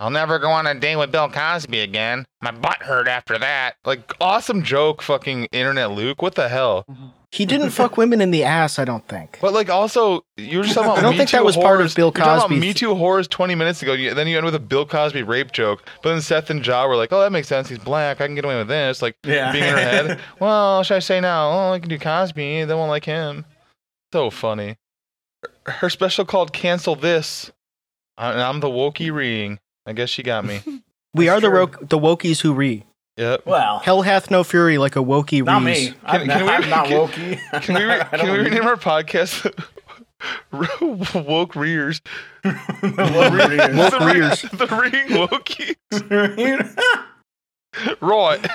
Speaker 3: I'll never go on a date with Bill Cosby again. My butt hurt after that. Like awesome joke fucking internet Luke. What the hell?
Speaker 1: he didn't fuck women in the ass. I don't think.
Speaker 3: But like also you were just talking about
Speaker 1: I don't
Speaker 3: Me
Speaker 1: think
Speaker 3: Too
Speaker 1: that was
Speaker 3: horrors.
Speaker 1: part of Bill
Speaker 3: You're talking
Speaker 1: Cosby's-
Speaker 3: about Me Too horrors 20 minutes ago. You, then you end with a Bill Cosby rape joke. But then Seth and Ja were like, "Oh, that makes sense. He's black. I can get away with this." Like
Speaker 2: Yeah.
Speaker 3: being in her head. Well, should I say now? Oh, I can do Cosby. They won't like him. So funny. Her- Her special called "Cancel This," I- and I'm the wokey reading. I guess she got me.
Speaker 1: We are the
Speaker 2: true.
Speaker 1: ro- the wokies who re.
Speaker 3: Yep.
Speaker 2: well,
Speaker 1: Hell hath no fury like a wokey
Speaker 2: not
Speaker 1: rees.
Speaker 2: me. I'm, not,
Speaker 3: can we-
Speaker 2: I'm not
Speaker 3: can-
Speaker 2: wokey. I'm
Speaker 3: Can we re-
Speaker 2: not- I
Speaker 3: can we
Speaker 2: don't-
Speaker 3: rename our podcast? woke rears.
Speaker 2: Woke
Speaker 3: the,
Speaker 1: rears.
Speaker 3: Re- the reading wokey.
Speaker 2: readers.
Speaker 3: Right.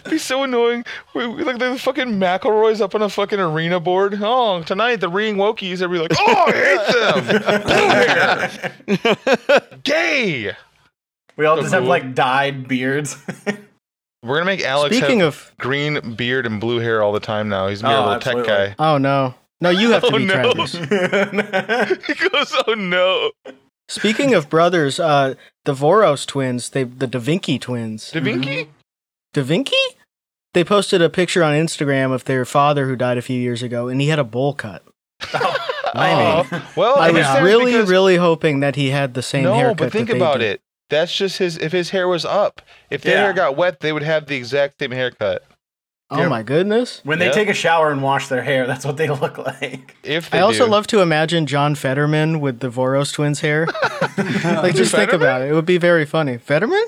Speaker 3: It'd be so annoying. We, we like the fucking McElroys up on a fucking arena board. Oh, tonight the reading wokies. I'd be like, oh, I hate them. Gay.
Speaker 2: we all
Speaker 3: So
Speaker 2: just have
Speaker 3: cool.
Speaker 2: like dyed beards.
Speaker 3: We're gonna make Alex
Speaker 1: Speaking
Speaker 3: have
Speaker 1: of,
Speaker 3: green beard and blue hair all the time now. He's a
Speaker 2: Oh,
Speaker 3: little
Speaker 2: absolutely.
Speaker 3: tech
Speaker 1: oh no, no, you have to
Speaker 3: Oh,
Speaker 1: be
Speaker 3: no.
Speaker 1: Travis.
Speaker 3: guy. he goes, oh no.
Speaker 1: Speaking of brothers, uh, the Voros twins, they the Da Vinci twins.
Speaker 3: Da Vinci?
Speaker 1: Da Vinci? They posted a picture on Instagram of their father who died a few years ago, and he had a bowl cut.
Speaker 3: Oh, well,
Speaker 1: I
Speaker 3: it
Speaker 1: was
Speaker 3: makes sense
Speaker 1: really,
Speaker 3: because-
Speaker 1: really hoping that he had the same
Speaker 3: no,
Speaker 1: haircut.
Speaker 3: but think
Speaker 1: that they
Speaker 3: about
Speaker 1: did.
Speaker 3: it. That's just his. If his hair was up, if their
Speaker 2: Yeah.
Speaker 3: hair got wet, they would have the exact same haircut.
Speaker 1: Oh
Speaker 3: They're-
Speaker 1: my goodness!
Speaker 2: when they
Speaker 3: Yep.
Speaker 2: take a shower and wash their hair, that's what they look like.
Speaker 3: If they
Speaker 1: I also
Speaker 3: do.
Speaker 1: love to imagine John Fetterman with the Voros twins' hair. like, just think about it; it would be very funny. Fetterman,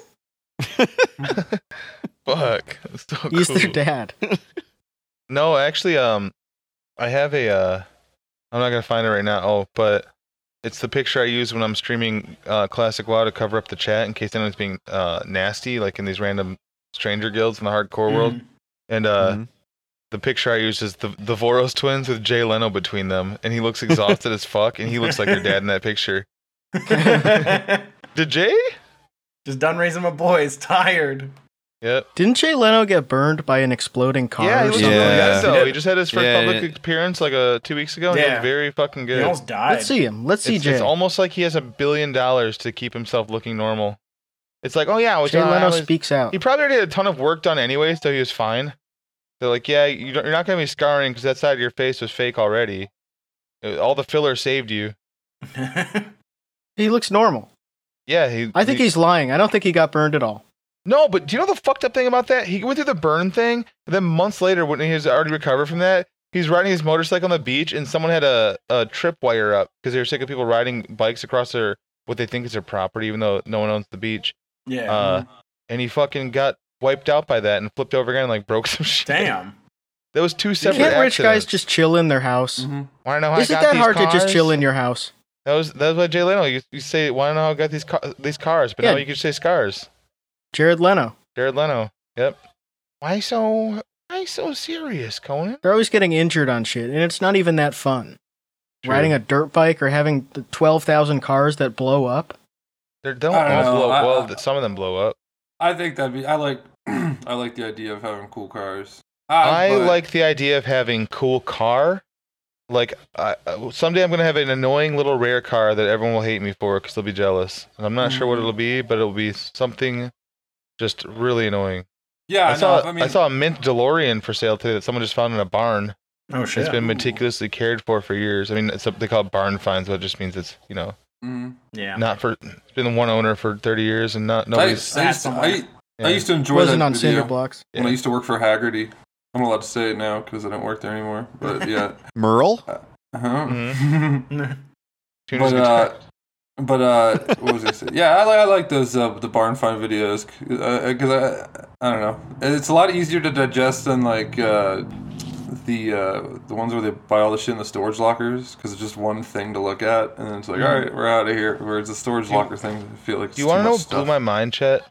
Speaker 3: Fuck. That's so
Speaker 1: he's
Speaker 3: Oh, cool.
Speaker 1: their dad.
Speaker 3: No, actually, um, I have a. Uh, I'm not gonna find it right now. Oh, but it's the picture I use when I'm streaming uh, Classic WoW to cover up the chat in case anyone's being uh, nasty, like in these random stranger guilds in the hardcore world. And uh,
Speaker 4: Mhm.
Speaker 3: the picture I use is the the Voros twins with Jay Leno between them, and he looks exhausted as fuck, and he looks like your dad in that picture. Did Jay?
Speaker 2: just done raising my boys, tired.
Speaker 3: Yep.
Speaker 1: Didn't Jay Leno get burned by an exploding car?
Speaker 3: Yeah,
Speaker 1: or
Speaker 3: he looks
Speaker 1: something?
Speaker 3: really
Speaker 4: Yeah.
Speaker 3: good though. He just had his first
Speaker 4: Yeah,
Speaker 3: public
Speaker 4: yeah.
Speaker 3: appearance like uh, two weeks ago, and he
Speaker 2: Yeah.
Speaker 3: looked very fucking
Speaker 2: He
Speaker 3: good.
Speaker 2: almost died.
Speaker 1: Let's see him. Let's see
Speaker 3: it's,
Speaker 1: Jay.
Speaker 3: it's almost like he has a billion dollars to keep himself looking normal. It's like, oh yeah, I was,
Speaker 1: Jay
Speaker 3: uh, I
Speaker 1: Leno
Speaker 3: was-
Speaker 1: speaks out.
Speaker 3: He probably already had a ton of work done anyway, so he was fine. They're like, yeah, you don't, you're not gonna be scarring because that side of your face was fake already. Uh, All the filler saved you.
Speaker 1: He looks normal.
Speaker 3: Yeah, he.
Speaker 1: I think
Speaker 3: he-
Speaker 1: he's lying. I don't think he got burned at all.
Speaker 3: No, but do you know the fucked up thing about that? He went through the burn thing, and then months later, when he was already recovered from that, he's riding his motorcycle on the beach, and someone had a, a tripwire up because they were sick of people riding bikes across their what they think is their property, even though no one owns the beach.
Speaker 2: yeah.
Speaker 3: Uh, and he fucking got wiped out by that and flipped over again and like broke some shit.
Speaker 2: Damn.
Speaker 3: That was two separate
Speaker 1: Can't rich guys
Speaker 3: accidents.
Speaker 1: just chill in their house?
Speaker 5: Mhm.
Speaker 3: Wanna know how I
Speaker 1: Is it
Speaker 3: got
Speaker 1: that
Speaker 3: these
Speaker 1: hard to just
Speaker 3: cars?
Speaker 1: chill in your house?
Speaker 3: That was that was why Jay Leno. You, you say wanna know how I got these ca- these cars, but
Speaker 1: Yeah.
Speaker 3: now you can say scars.
Speaker 1: Jared Leno.
Speaker 3: Jared Leno. Yep. Why so why so serious, Conan?
Speaker 1: They're always getting injured on shit, and it's not even that fun.
Speaker 3: True.
Speaker 1: Riding a dirt bike or having the 12,000 cars that blow up.
Speaker 3: They don't
Speaker 5: I don't
Speaker 3: all
Speaker 5: know.
Speaker 3: blow.
Speaker 5: I-
Speaker 3: well,
Speaker 5: I-
Speaker 3: th- some of them blow up.
Speaker 5: I think that'd be. I like. I like the idea of having cool cars. Ah,
Speaker 3: I
Speaker 5: but-
Speaker 3: like the idea of having cool car. Like I, I- someday I'm gonna have an annoying little rare car that everyone will hate me for because they'll be jealous. And I'm not sure what
Speaker 5: Mhm.
Speaker 3: it'll be, but it'll be something just really annoying.
Speaker 5: Yeah,
Speaker 3: I saw
Speaker 5: no,
Speaker 3: I,
Speaker 5: I mean,
Speaker 3: saw a mint DeLorean for sale today that someone just found in a barn.
Speaker 2: Oh shit.
Speaker 3: It's been meticulously cared for for years. I mean, it's something they call barn finds, but it just means it's you know
Speaker 5: Mm.
Speaker 2: yeah.
Speaker 3: not for it's been one owner for 30 years and not
Speaker 5: I, I,
Speaker 3: nobody's.
Speaker 5: used to, I, I
Speaker 3: yeah.
Speaker 5: used to enjoy
Speaker 1: wasn't
Speaker 5: that
Speaker 1: on
Speaker 5: video
Speaker 1: cinder blocks.
Speaker 5: when I used to work for Haggerty. I'm allowed to say it now because I don't work there anymore. But yeah.
Speaker 4: Merle?
Speaker 5: Uh-huh.
Speaker 3: Mm-hmm. Tuner's
Speaker 5: but
Speaker 3: guitar.
Speaker 5: uh, but uh, what was I say? Yeah, I, li- I like those uh, the barn find videos because I I don't know, And it's a lot easier to digest than like uh, the uh, the ones where they buy all the shit in the storage lockers because it's just one thing to look at and then it's like all right we're out of here. Whereas the storage
Speaker 3: Mm-hmm. You-
Speaker 5: locker thing, I feel like it's
Speaker 3: Do you
Speaker 5: want to
Speaker 3: know what blew my mind, Chet?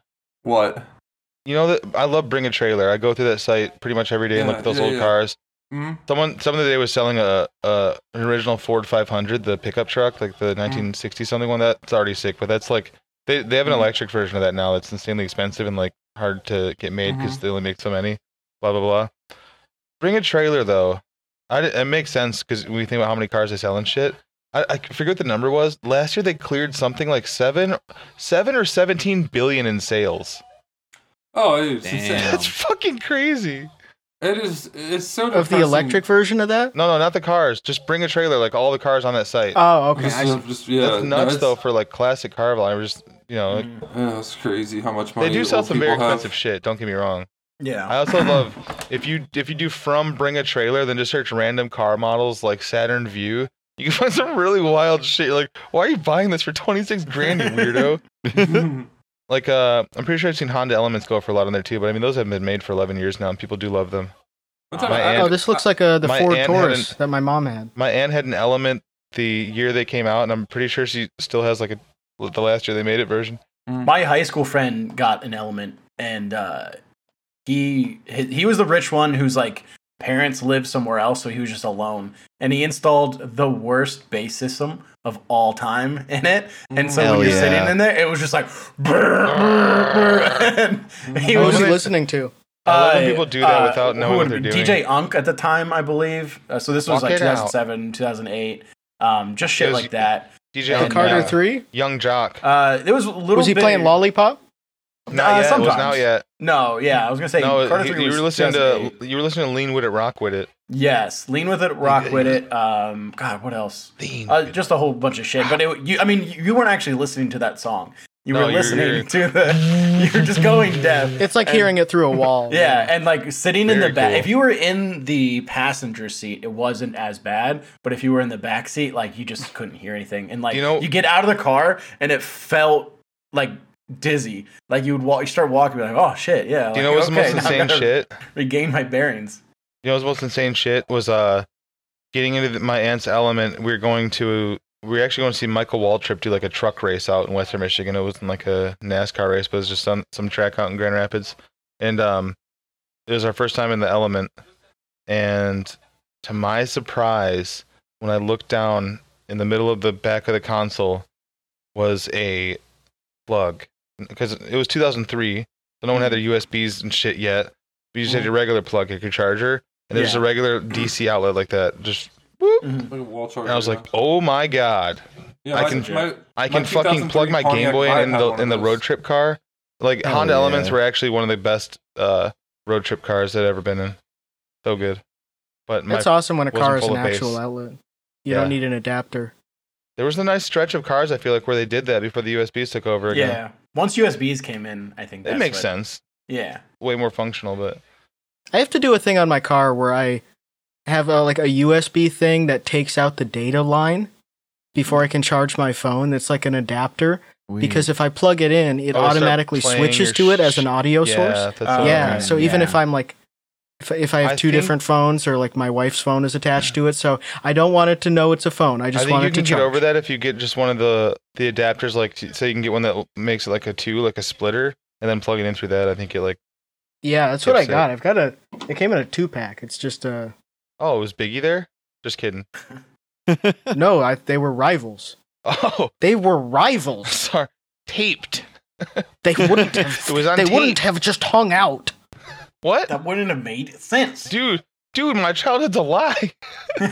Speaker 5: what?
Speaker 3: You know that I love Bring a Trailer. I go through that site pretty much every day and
Speaker 5: Yeah,
Speaker 3: look at those
Speaker 5: yeah,
Speaker 3: old
Speaker 5: yeah.
Speaker 3: cars.
Speaker 5: hmm
Speaker 3: Someone, someone today was selling a, a an original Ford 500, the pickup truck, like
Speaker 5: Mm.
Speaker 3: the 1960 something one. That's already sick, but that's like they, they have an
Speaker 5: Mhm.
Speaker 3: electric version of that now. That's insanely expensive and like hard to get made
Speaker 5: Mm-hmm.
Speaker 3: because they only make so many. Blah blah blah. Bring a trailer though. I, di- it makes sense because when you think about how many cars they sell and shit. I, I forget what the number was. Last year they cleared something like seven, seven or seventeen billion in sales.
Speaker 5: Oh, it's
Speaker 4: Damn.
Speaker 5: insane.
Speaker 3: That's fucking crazy.
Speaker 5: It is. It's so
Speaker 1: Of the
Speaker 5: depressing.
Speaker 1: electric version of that?
Speaker 3: No, no, not the cars. Just bring a trailer, like all the cars on that site.
Speaker 1: Oh, okay.
Speaker 5: Just,
Speaker 1: I see.
Speaker 5: just- Uh, yeah,
Speaker 3: That's
Speaker 5: no,
Speaker 3: nuts
Speaker 5: it's-
Speaker 3: though for like classic car I was just you know like,
Speaker 5: Yeah, it's crazy how much money
Speaker 3: they do sell
Speaker 5: Mm, old
Speaker 3: some very
Speaker 5: people have.
Speaker 3: expensive shit. Don't get me wrong.
Speaker 2: Yeah.
Speaker 3: I also love if you if you do from bring a trailer, then just search random car models like Saturn View. You can find some really wild shit. Like, why are you buying this for twenty six grand, you weirdo? like, uh, I'm pretty sure I've seen Honda Elements go for a lot on there too. But I mean, those haven't been made for eleven years now, and people do love them.
Speaker 5: What's up?
Speaker 3: My
Speaker 5: I-
Speaker 3: aunt-
Speaker 1: oh, this looks like uh, the
Speaker 3: my
Speaker 1: Ford
Speaker 3: aunt had
Speaker 1: Taurus that my mom had.
Speaker 3: My aunt had an Element the year they came out, and I'm pretty sure she still has like a the last year they made it version.
Speaker 2: My high school friend got an element, and uh, he he he was the rich one who's like parents lived somewhere else, so he was just alone, and he installed the worst bass system of all time in it, and so
Speaker 4: Hell
Speaker 2: when you're
Speaker 4: yeah.
Speaker 2: sitting in there, it was just like. and he
Speaker 1: What Oh, was
Speaker 2: was
Speaker 1: he
Speaker 2: just-
Speaker 1: listening to?
Speaker 3: I love when
Speaker 2: Uh,
Speaker 3: people do that
Speaker 2: uh,
Speaker 3: without
Speaker 2: who
Speaker 3: knowing
Speaker 2: would
Speaker 3: what they're
Speaker 2: it be?
Speaker 3: doing.
Speaker 2: DJ Unk at the time, I believe. Uh, so this was
Speaker 3: Walk
Speaker 2: like
Speaker 3: it out.
Speaker 2: 2007, 2008. Um, just shit
Speaker 3: Yes.
Speaker 2: like that.
Speaker 3: DJ
Speaker 2: And,
Speaker 1: The Carter
Speaker 2: uh,
Speaker 1: 3?
Speaker 3: Young Jock.
Speaker 2: Uh, there was a little.
Speaker 1: Was he
Speaker 2: bit-
Speaker 1: playing Lollipop?
Speaker 3: Not
Speaker 2: uh,
Speaker 3: yet. It was
Speaker 2: sometimes.
Speaker 3: not yet.
Speaker 2: No, yeah, I was gonna say
Speaker 3: No,
Speaker 2: Carter
Speaker 3: he-
Speaker 2: Three
Speaker 3: you
Speaker 2: was
Speaker 3: were listening to
Speaker 2: 2008.
Speaker 3: you were listening to Lean With It, Rock With It.
Speaker 2: yes, Lean with it, Rock with it. Um, God, what else?
Speaker 3: Lean.
Speaker 2: Uh, just a whole bunch of shit. But it, you, I mean, you weren't actually listening to that song. You
Speaker 3: No,
Speaker 2: were
Speaker 3: you were
Speaker 2: listening
Speaker 3: hearing-
Speaker 2: to the. You were just going deaf.
Speaker 1: It's like
Speaker 2: And-
Speaker 1: hearing it through a wall.
Speaker 2: Yeah, and like sitting in
Speaker 3: Very
Speaker 2: the back.
Speaker 3: cool.
Speaker 2: If you were in the passenger seat, it wasn't as bad. But if you were in the back seat, like you just couldn't hear anything. And like
Speaker 3: You know-
Speaker 2: you get out of the car, and it felt like dizzy. Like you would walk, you start walking, like oh shit, yeah.
Speaker 3: Do you
Speaker 2: like,
Speaker 3: know what's the
Speaker 2: okay,
Speaker 3: most
Speaker 2: now I've
Speaker 3: insane
Speaker 2: gotta
Speaker 3: shit?
Speaker 2: Regain my bearings.
Speaker 3: You know what's the most insane shit was uh getting into the, my aunt's element. We were going to we were actually going to see Michael Waltrip do like a truck race out in Western Michigan. It wasn't like a NASCAR race, but it was just some some track out in Grand Rapids. And um, it was our first time in the element. And to my surprise, when I looked down in the middle of the back of the console was a plug because it was 2003, so no one had their USBs and shit yet. We just had your regular plug, like your charger, and there's
Speaker 2: Yeah.
Speaker 3: a regular DC outlet like that. Just
Speaker 5: Like a wall charger.
Speaker 3: and I was
Speaker 5: yeah.
Speaker 3: like, oh my god,
Speaker 5: Yeah,
Speaker 3: I
Speaker 5: my-
Speaker 3: can-
Speaker 5: my-
Speaker 3: I can
Speaker 5: My
Speaker 3: fucking
Speaker 5: 2003
Speaker 3: plug my Game
Speaker 5: Pontiac
Speaker 3: Boy in,
Speaker 5: Vibe
Speaker 3: in
Speaker 5: had
Speaker 3: the
Speaker 5: one of
Speaker 3: in the
Speaker 5: those.
Speaker 3: road trip car. Like
Speaker 4: Hell
Speaker 3: Honda Elements
Speaker 4: yeah.
Speaker 3: were actually one of the best uh, road trip cars that I've ever been in. So good, but my,
Speaker 1: That's awesome when a
Speaker 3: wasn't
Speaker 1: car is
Speaker 3: full
Speaker 1: an
Speaker 3: of bass.
Speaker 1: actual outlet. You
Speaker 3: Yeah.
Speaker 1: don't need an adapter.
Speaker 3: there was a nice stretch of cars I feel like where they did that before the USBs took over again.
Speaker 2: Yeah. Once USBs came in, I think
Speaker 3: it
Speaker 2: that's
Speaker 3: makes
Speaker 2: what-
Speaker 3: sense.
Speaker 2: Yeah.
Speaker 3: Way more functional, but
Speaker 1: I have to do a thing on my car where I have a, like a USB thing that takes out the data line before I can charge my phone. It's like an adapter because if I plug it in, it
Speaker 3: Mm. Oh, it'll start
Speaker 1: automatically
Speaker 3: playing
Speaker 1: switches
Speaker 3: your
Speaker 1: to it as
Speaker 3: sh-
Speaker 1: an audio
Speaker 3: yeah,
Speaker 1: source.
Speaker 3: that's what
Speaker 2: Oh,
Speaker 3: I'm
Speaker 1: Uh, yeah,
Speaker 3: thinking.
Speaker 1: so even
Speaker 2: Yeah.
Speaker 1: if I'm like if, if I have
Speaker 3: I
Speaker 1: two
Speaker 3: think-
Speaker 1: different phones or like my wife's phone is attached to it, so I don't want it to know it's a phone. I
Speaker 3: I
Speaker 1: just
Speaker 3: think
Speaker 1: want
Speaker 3: you
Speaker 1: it to
Speaker 3: can get
Speaker 1: charge.
Speaker 3: over that if you get just one of the the adapters, like say you can get one that makes it like a two, like a splitter, and then plug it in through that. I think it like
Speaker 1: Yeah, that's what I
Speaker 3: Fix it.
Speaker 1: got. I've got a it came in a two pack. It's just a
Speaker 3: oh, it was Biggie there. Just kidding.
Speaker 1: no, I, they were rivals.
Speaker 3: Oh,
Speaker 1: They were rivals.
Speaker 3: sorry, taped.
Speaker 1: They wouldn't have
Speaker 3: It was on
Speaker 1: they
Speaker 3: tape.
Speaker 1: wouldn't have just hung out.
Speaker 3: What,
Speaker 2: That wouldn't have made sense.
Speaker 3: dude? Dude, my childhood's a lie. Guy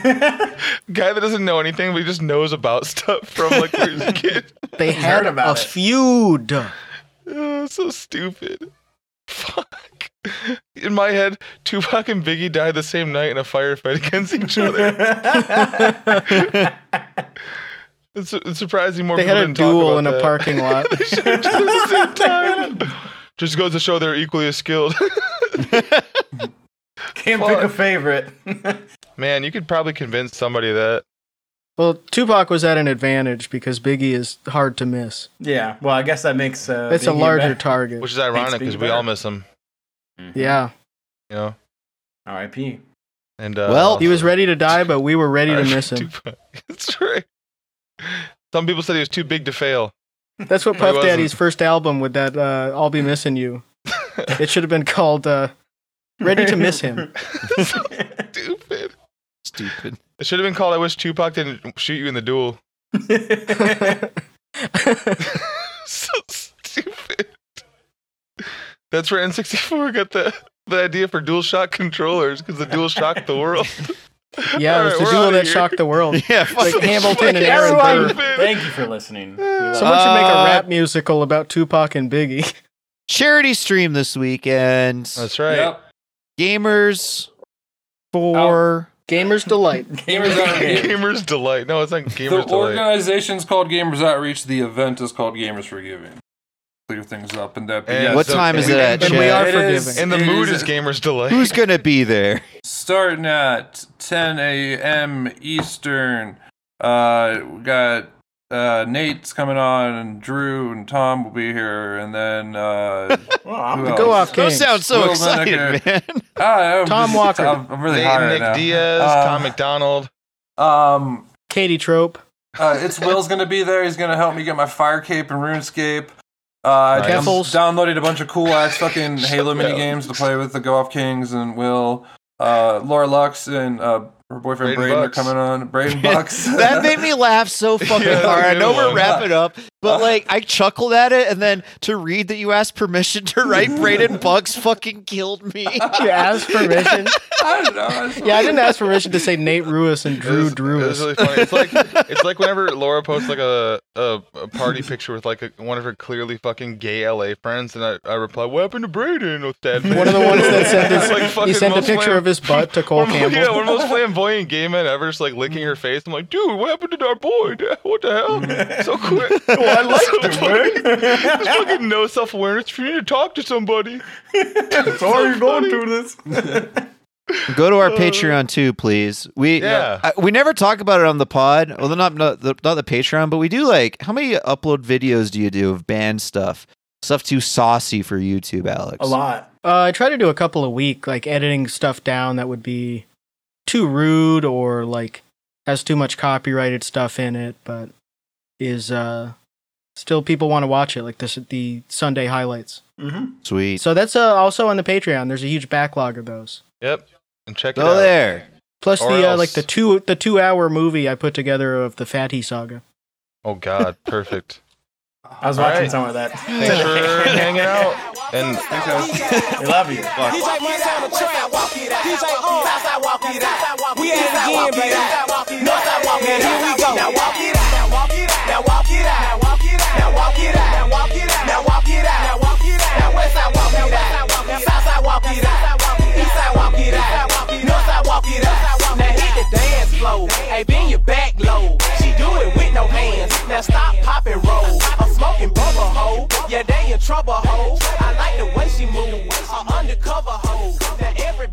Speaker 3: that doesn't know anything, but he just knows about stuff from like when he was a kid.
Speaker 1: They had
Speaker 2: Heard about
Speaker 1: a
Speaker 2: it.
Speaker 1: feud.
Speaker 3: Oh, so stupid. Fuck. In my head, Tupac and Biggie died the same night in a firefight against each other. It's, it's surprising more
Speaker 1: They
Speaker 3: people
Speaker 1: had a
Speaker 3: didn't talk
Speaker 1: duel
Speaker 3: about
Speaker 1: in a
Speaker 3: that.
Speaker 1: parking lot.
Speaker 3: Just at the same time. Just goes to show they're equally as skilled.
Speaker 2: Can't pick a favorite.
Speaker 3: Man, you could probably convince somebody of that.
Speaker 1: well, Tupac was at an advantage because Biggie is hard to miss.
Speaker 2: yeah. Well, I guess that makes uh,
Speaker 1: That's a
Speaker 2: Biggie
Speaker 1: larger
Speaker 2: better.
Speaker 1: target.
Speaker 3: Which is ironic
Speaker 2: Biggie
Speaker 3: because we all miss him,
Speaker 1: yeah.
Speaker 3: you know.
Speaker 2: Mm-hmm. R.I.P.
Speaker 3: And uh,
Speaker 4: Well,
Speaker 1: He was ready to die, but we were ready to miss him.
Speaker 3: Tupac. That's right. Some people said he was too big to fail.
Speaker 1: That's what
Speaker 3: He
Speaker 1: Puff
Speaker 3: wasn't.
Speaker 1: Daddy's first album with that uh, I'll Be Missing You. It should have been called uh, Ready to Miss Him.
Speaker 3: so stupid.
Speaker 4: Stupid.
Speaker 3: It should have been called "I wish Tupac didn't shoot you in the duel." so stupid. That's where N64 got the the idea for dual shock controllers because the dual shocked the world.
Speaker 1: Yeah, it was
Speaker 3: Alright,
Speaker 1: the
Speaker 3: we're
Speaker 1: duel
Speaker 3: outta
Speaker 1: that
Speaker 3: here.
Speaker 1: shocked the world.
Speaker 4: Yeah. fuck.
Speaker 1: Like Hamilton and Aaron
Speaker 2: Everyone,
Speaker 1: Burr.
Speaker 3: Burr.
Speaker 2: thank you for listening. We love
Speaker 1: Someone should make a
Speaker 4: Uh,
Speaker 1: rap musical about Tupac and Biggie.
Speaker 4: Charity stream this weekend.
Speaker 3: That's right.
Speaker 5: Yep.
Speaker 4: Gamers for
Speaker 1: Gamer's Delight.
Speaker 5: Gamers Outreach.
Speaker 3: Gamers delight. No, it's not gamers
Speaker 5: the
Speaker 3: delight.
Speaker 5: organization's called Gamers Outreach. The event is called Gamers for Giving. Clear things up and that. but
Speaker 3: And
Speaker 5: yeah,
Speaker 4: What
Speaker 5: so
Speaker 4: time is it at,
Speaker 1: And we are
Speaker 2: It is-
Speaker 1: forgiving.
Speaker 3: And the
Speaker 5: It
Speaker 3: mood
Speaker 5: is-
Speaker 3: is gamers delight.
Speaker 4: who's gonna be there?
Speaker 5: Starting at 10 a.m. Eastern. Uh, we got uh, Nate's coming on, and Drew and Tom will be here, and then uh,
Speaker 2: Well, I'm
Speaker 5: who
Speaker 1: Go
Speaker 5: else?
Speaker 1: off,
Speaker 4: Those
Speaker 1: Kings.
Speaker 4: sound so
Speaker 5: Will
Speaker 4: excited,
Speaker 5: Lineker.
Speaker 4: man.
Speaker 5: Ah, I'm
Speaker 1: Tom
Speaker 5: just-
Speaker 1: Walker.
Speaker 5: I'm, I'm really
Speaker 3: Nate,
Speaker 5: high right
Speaker 3: Nick
Speaker 5: now.
Speaker 3: Diaz,
Speaker 1: Um,
Speaker 5: Uh,
Speaker 3: Tom McDonald.
Speaker 5: Um,
Speaker 1: Katie Trope.
Speaker 5: Uh, it's Will's gonna be there. He's gonna help me get my fire cape and RuneScape. Uh,
Speaker 3: Nice.
Speaker 5: I'm
Speaker 1: Keffels.
Speaker 5: downloaded a bunch of cool ass fucking
Speaker 3: Shut
Speaker 5: Halo
Speaker 3: up.
Speaker 5: mini games to play with the Go Off Kings and Will. Uh, Laura Lux and uh, her
Speaker 3: Braden
Speaker 5: boyfriend Braden are
Speaker 3: Bucks.
Speaker 5: coming on. Braden Bucks.
Speaker 4: that made me laugh so fucking
Speaker 3: Yeah,
Speaker 4: hard. I
Speaker 3: good
Speaker 4: know we're
Speaker 3: one.
Speaker 4: wrapping up, but like I chuckled at it, and then to read that you asked permission to write Braden Bucks fucking killed me.
Speaker 1: You asked permission.
Speaker 5: I don't know.
Speaker 1: Yeah, I didn't ask permission to say Nate Ruiz and
Speaker 3: It
Speaker 1: Drew
Speaker 3: was- It was
Speaker 1: Drewis.
Speaker 3: really funny. It's like it's like whenever Laura posts like a a, a party picture with like a, one of her clearly fucking gay LA friends, and I, I reply, "What happened to Braden?" With that
Speaker 1: One of the ones that sent
Speaker 3: It's
Speaker 1: this.
Speaker 3: like fucking
Speaker 1: he sent a
Speaker 3: most
Speaker 1: picture
Speaker 3: flam-
Speaker 1: of his butt to Cole
Speaker 3: one of the- Yeah,
Speaker 1: Campbell.
Speaker 3: one of the most flamboyant gay men ever, just like licking her face. I'm like, dude, what happened to our boy? What the hell? So quick. I like so funny. There's fucking no self awareness. You need to talk to somebody.
Speaker 2: Why are you going through this?
Speaker 4: Go to our Patreon too, please. We
Speaker 3: Yeah.
Speaker 4: I- we never talk about it on the pod. Well, not not the, not the Patreon, but we do like how many upload videos do you do of band stuff? Stuff too saucy for YouTube, Alex.
Speaker 2: A lot.
Speaker 1: Uh, I try to do a couple a week, like editing stuff down that would be too rude or like has too much copyrighted stuff in it, but is uh still people want to watch it, like this the Sunday highlights.
Speaker 2: hmm
Speaker 4: Sweet.
Speaker 1: So that's uh, also on the Patreon. There's a huge backlog of those.
Speaker 3: Yep. And check it
Speaker 1: Oh,
Speaker 4: Go
Speaker 3: out.
Speaker 4: there.
Speaker 1: Plus
Speaker 3: Or
Speaker 1: the uh,
Speaker 3: else-
Speaker 1: like the two the two hour movie I put together of the Fatty Saga.
Speaker 3: Oh, God. Perfect.
Speaker 2: I was watching
Speaker 3: Alright.
Speaker 2: some of that.
Speaker 3: Thanks for hanging out. And
Speaker 2: We love you.
Speaker 7: DJ Montana Trap, walk it out. DJ on, Southside walk it out. We at it again, baby. Northside walk it out. Here we go. Now walk it out. Now walk it out. Now walk it out. Now walk it out. Now walk it out. Now walk it out. Now walk it out. Now walk it out. Now Westside walk it out. Now Southside walk it out. Eastside walk it out. Northside walk it out. Now hit the dance floor. Hey, bend your back low. She do it with no hands. Now stop popping roll. I'm smoking bubble hoe. Yeah, they in trouble hoe. I like the way she move. Her undercover hoe. Now every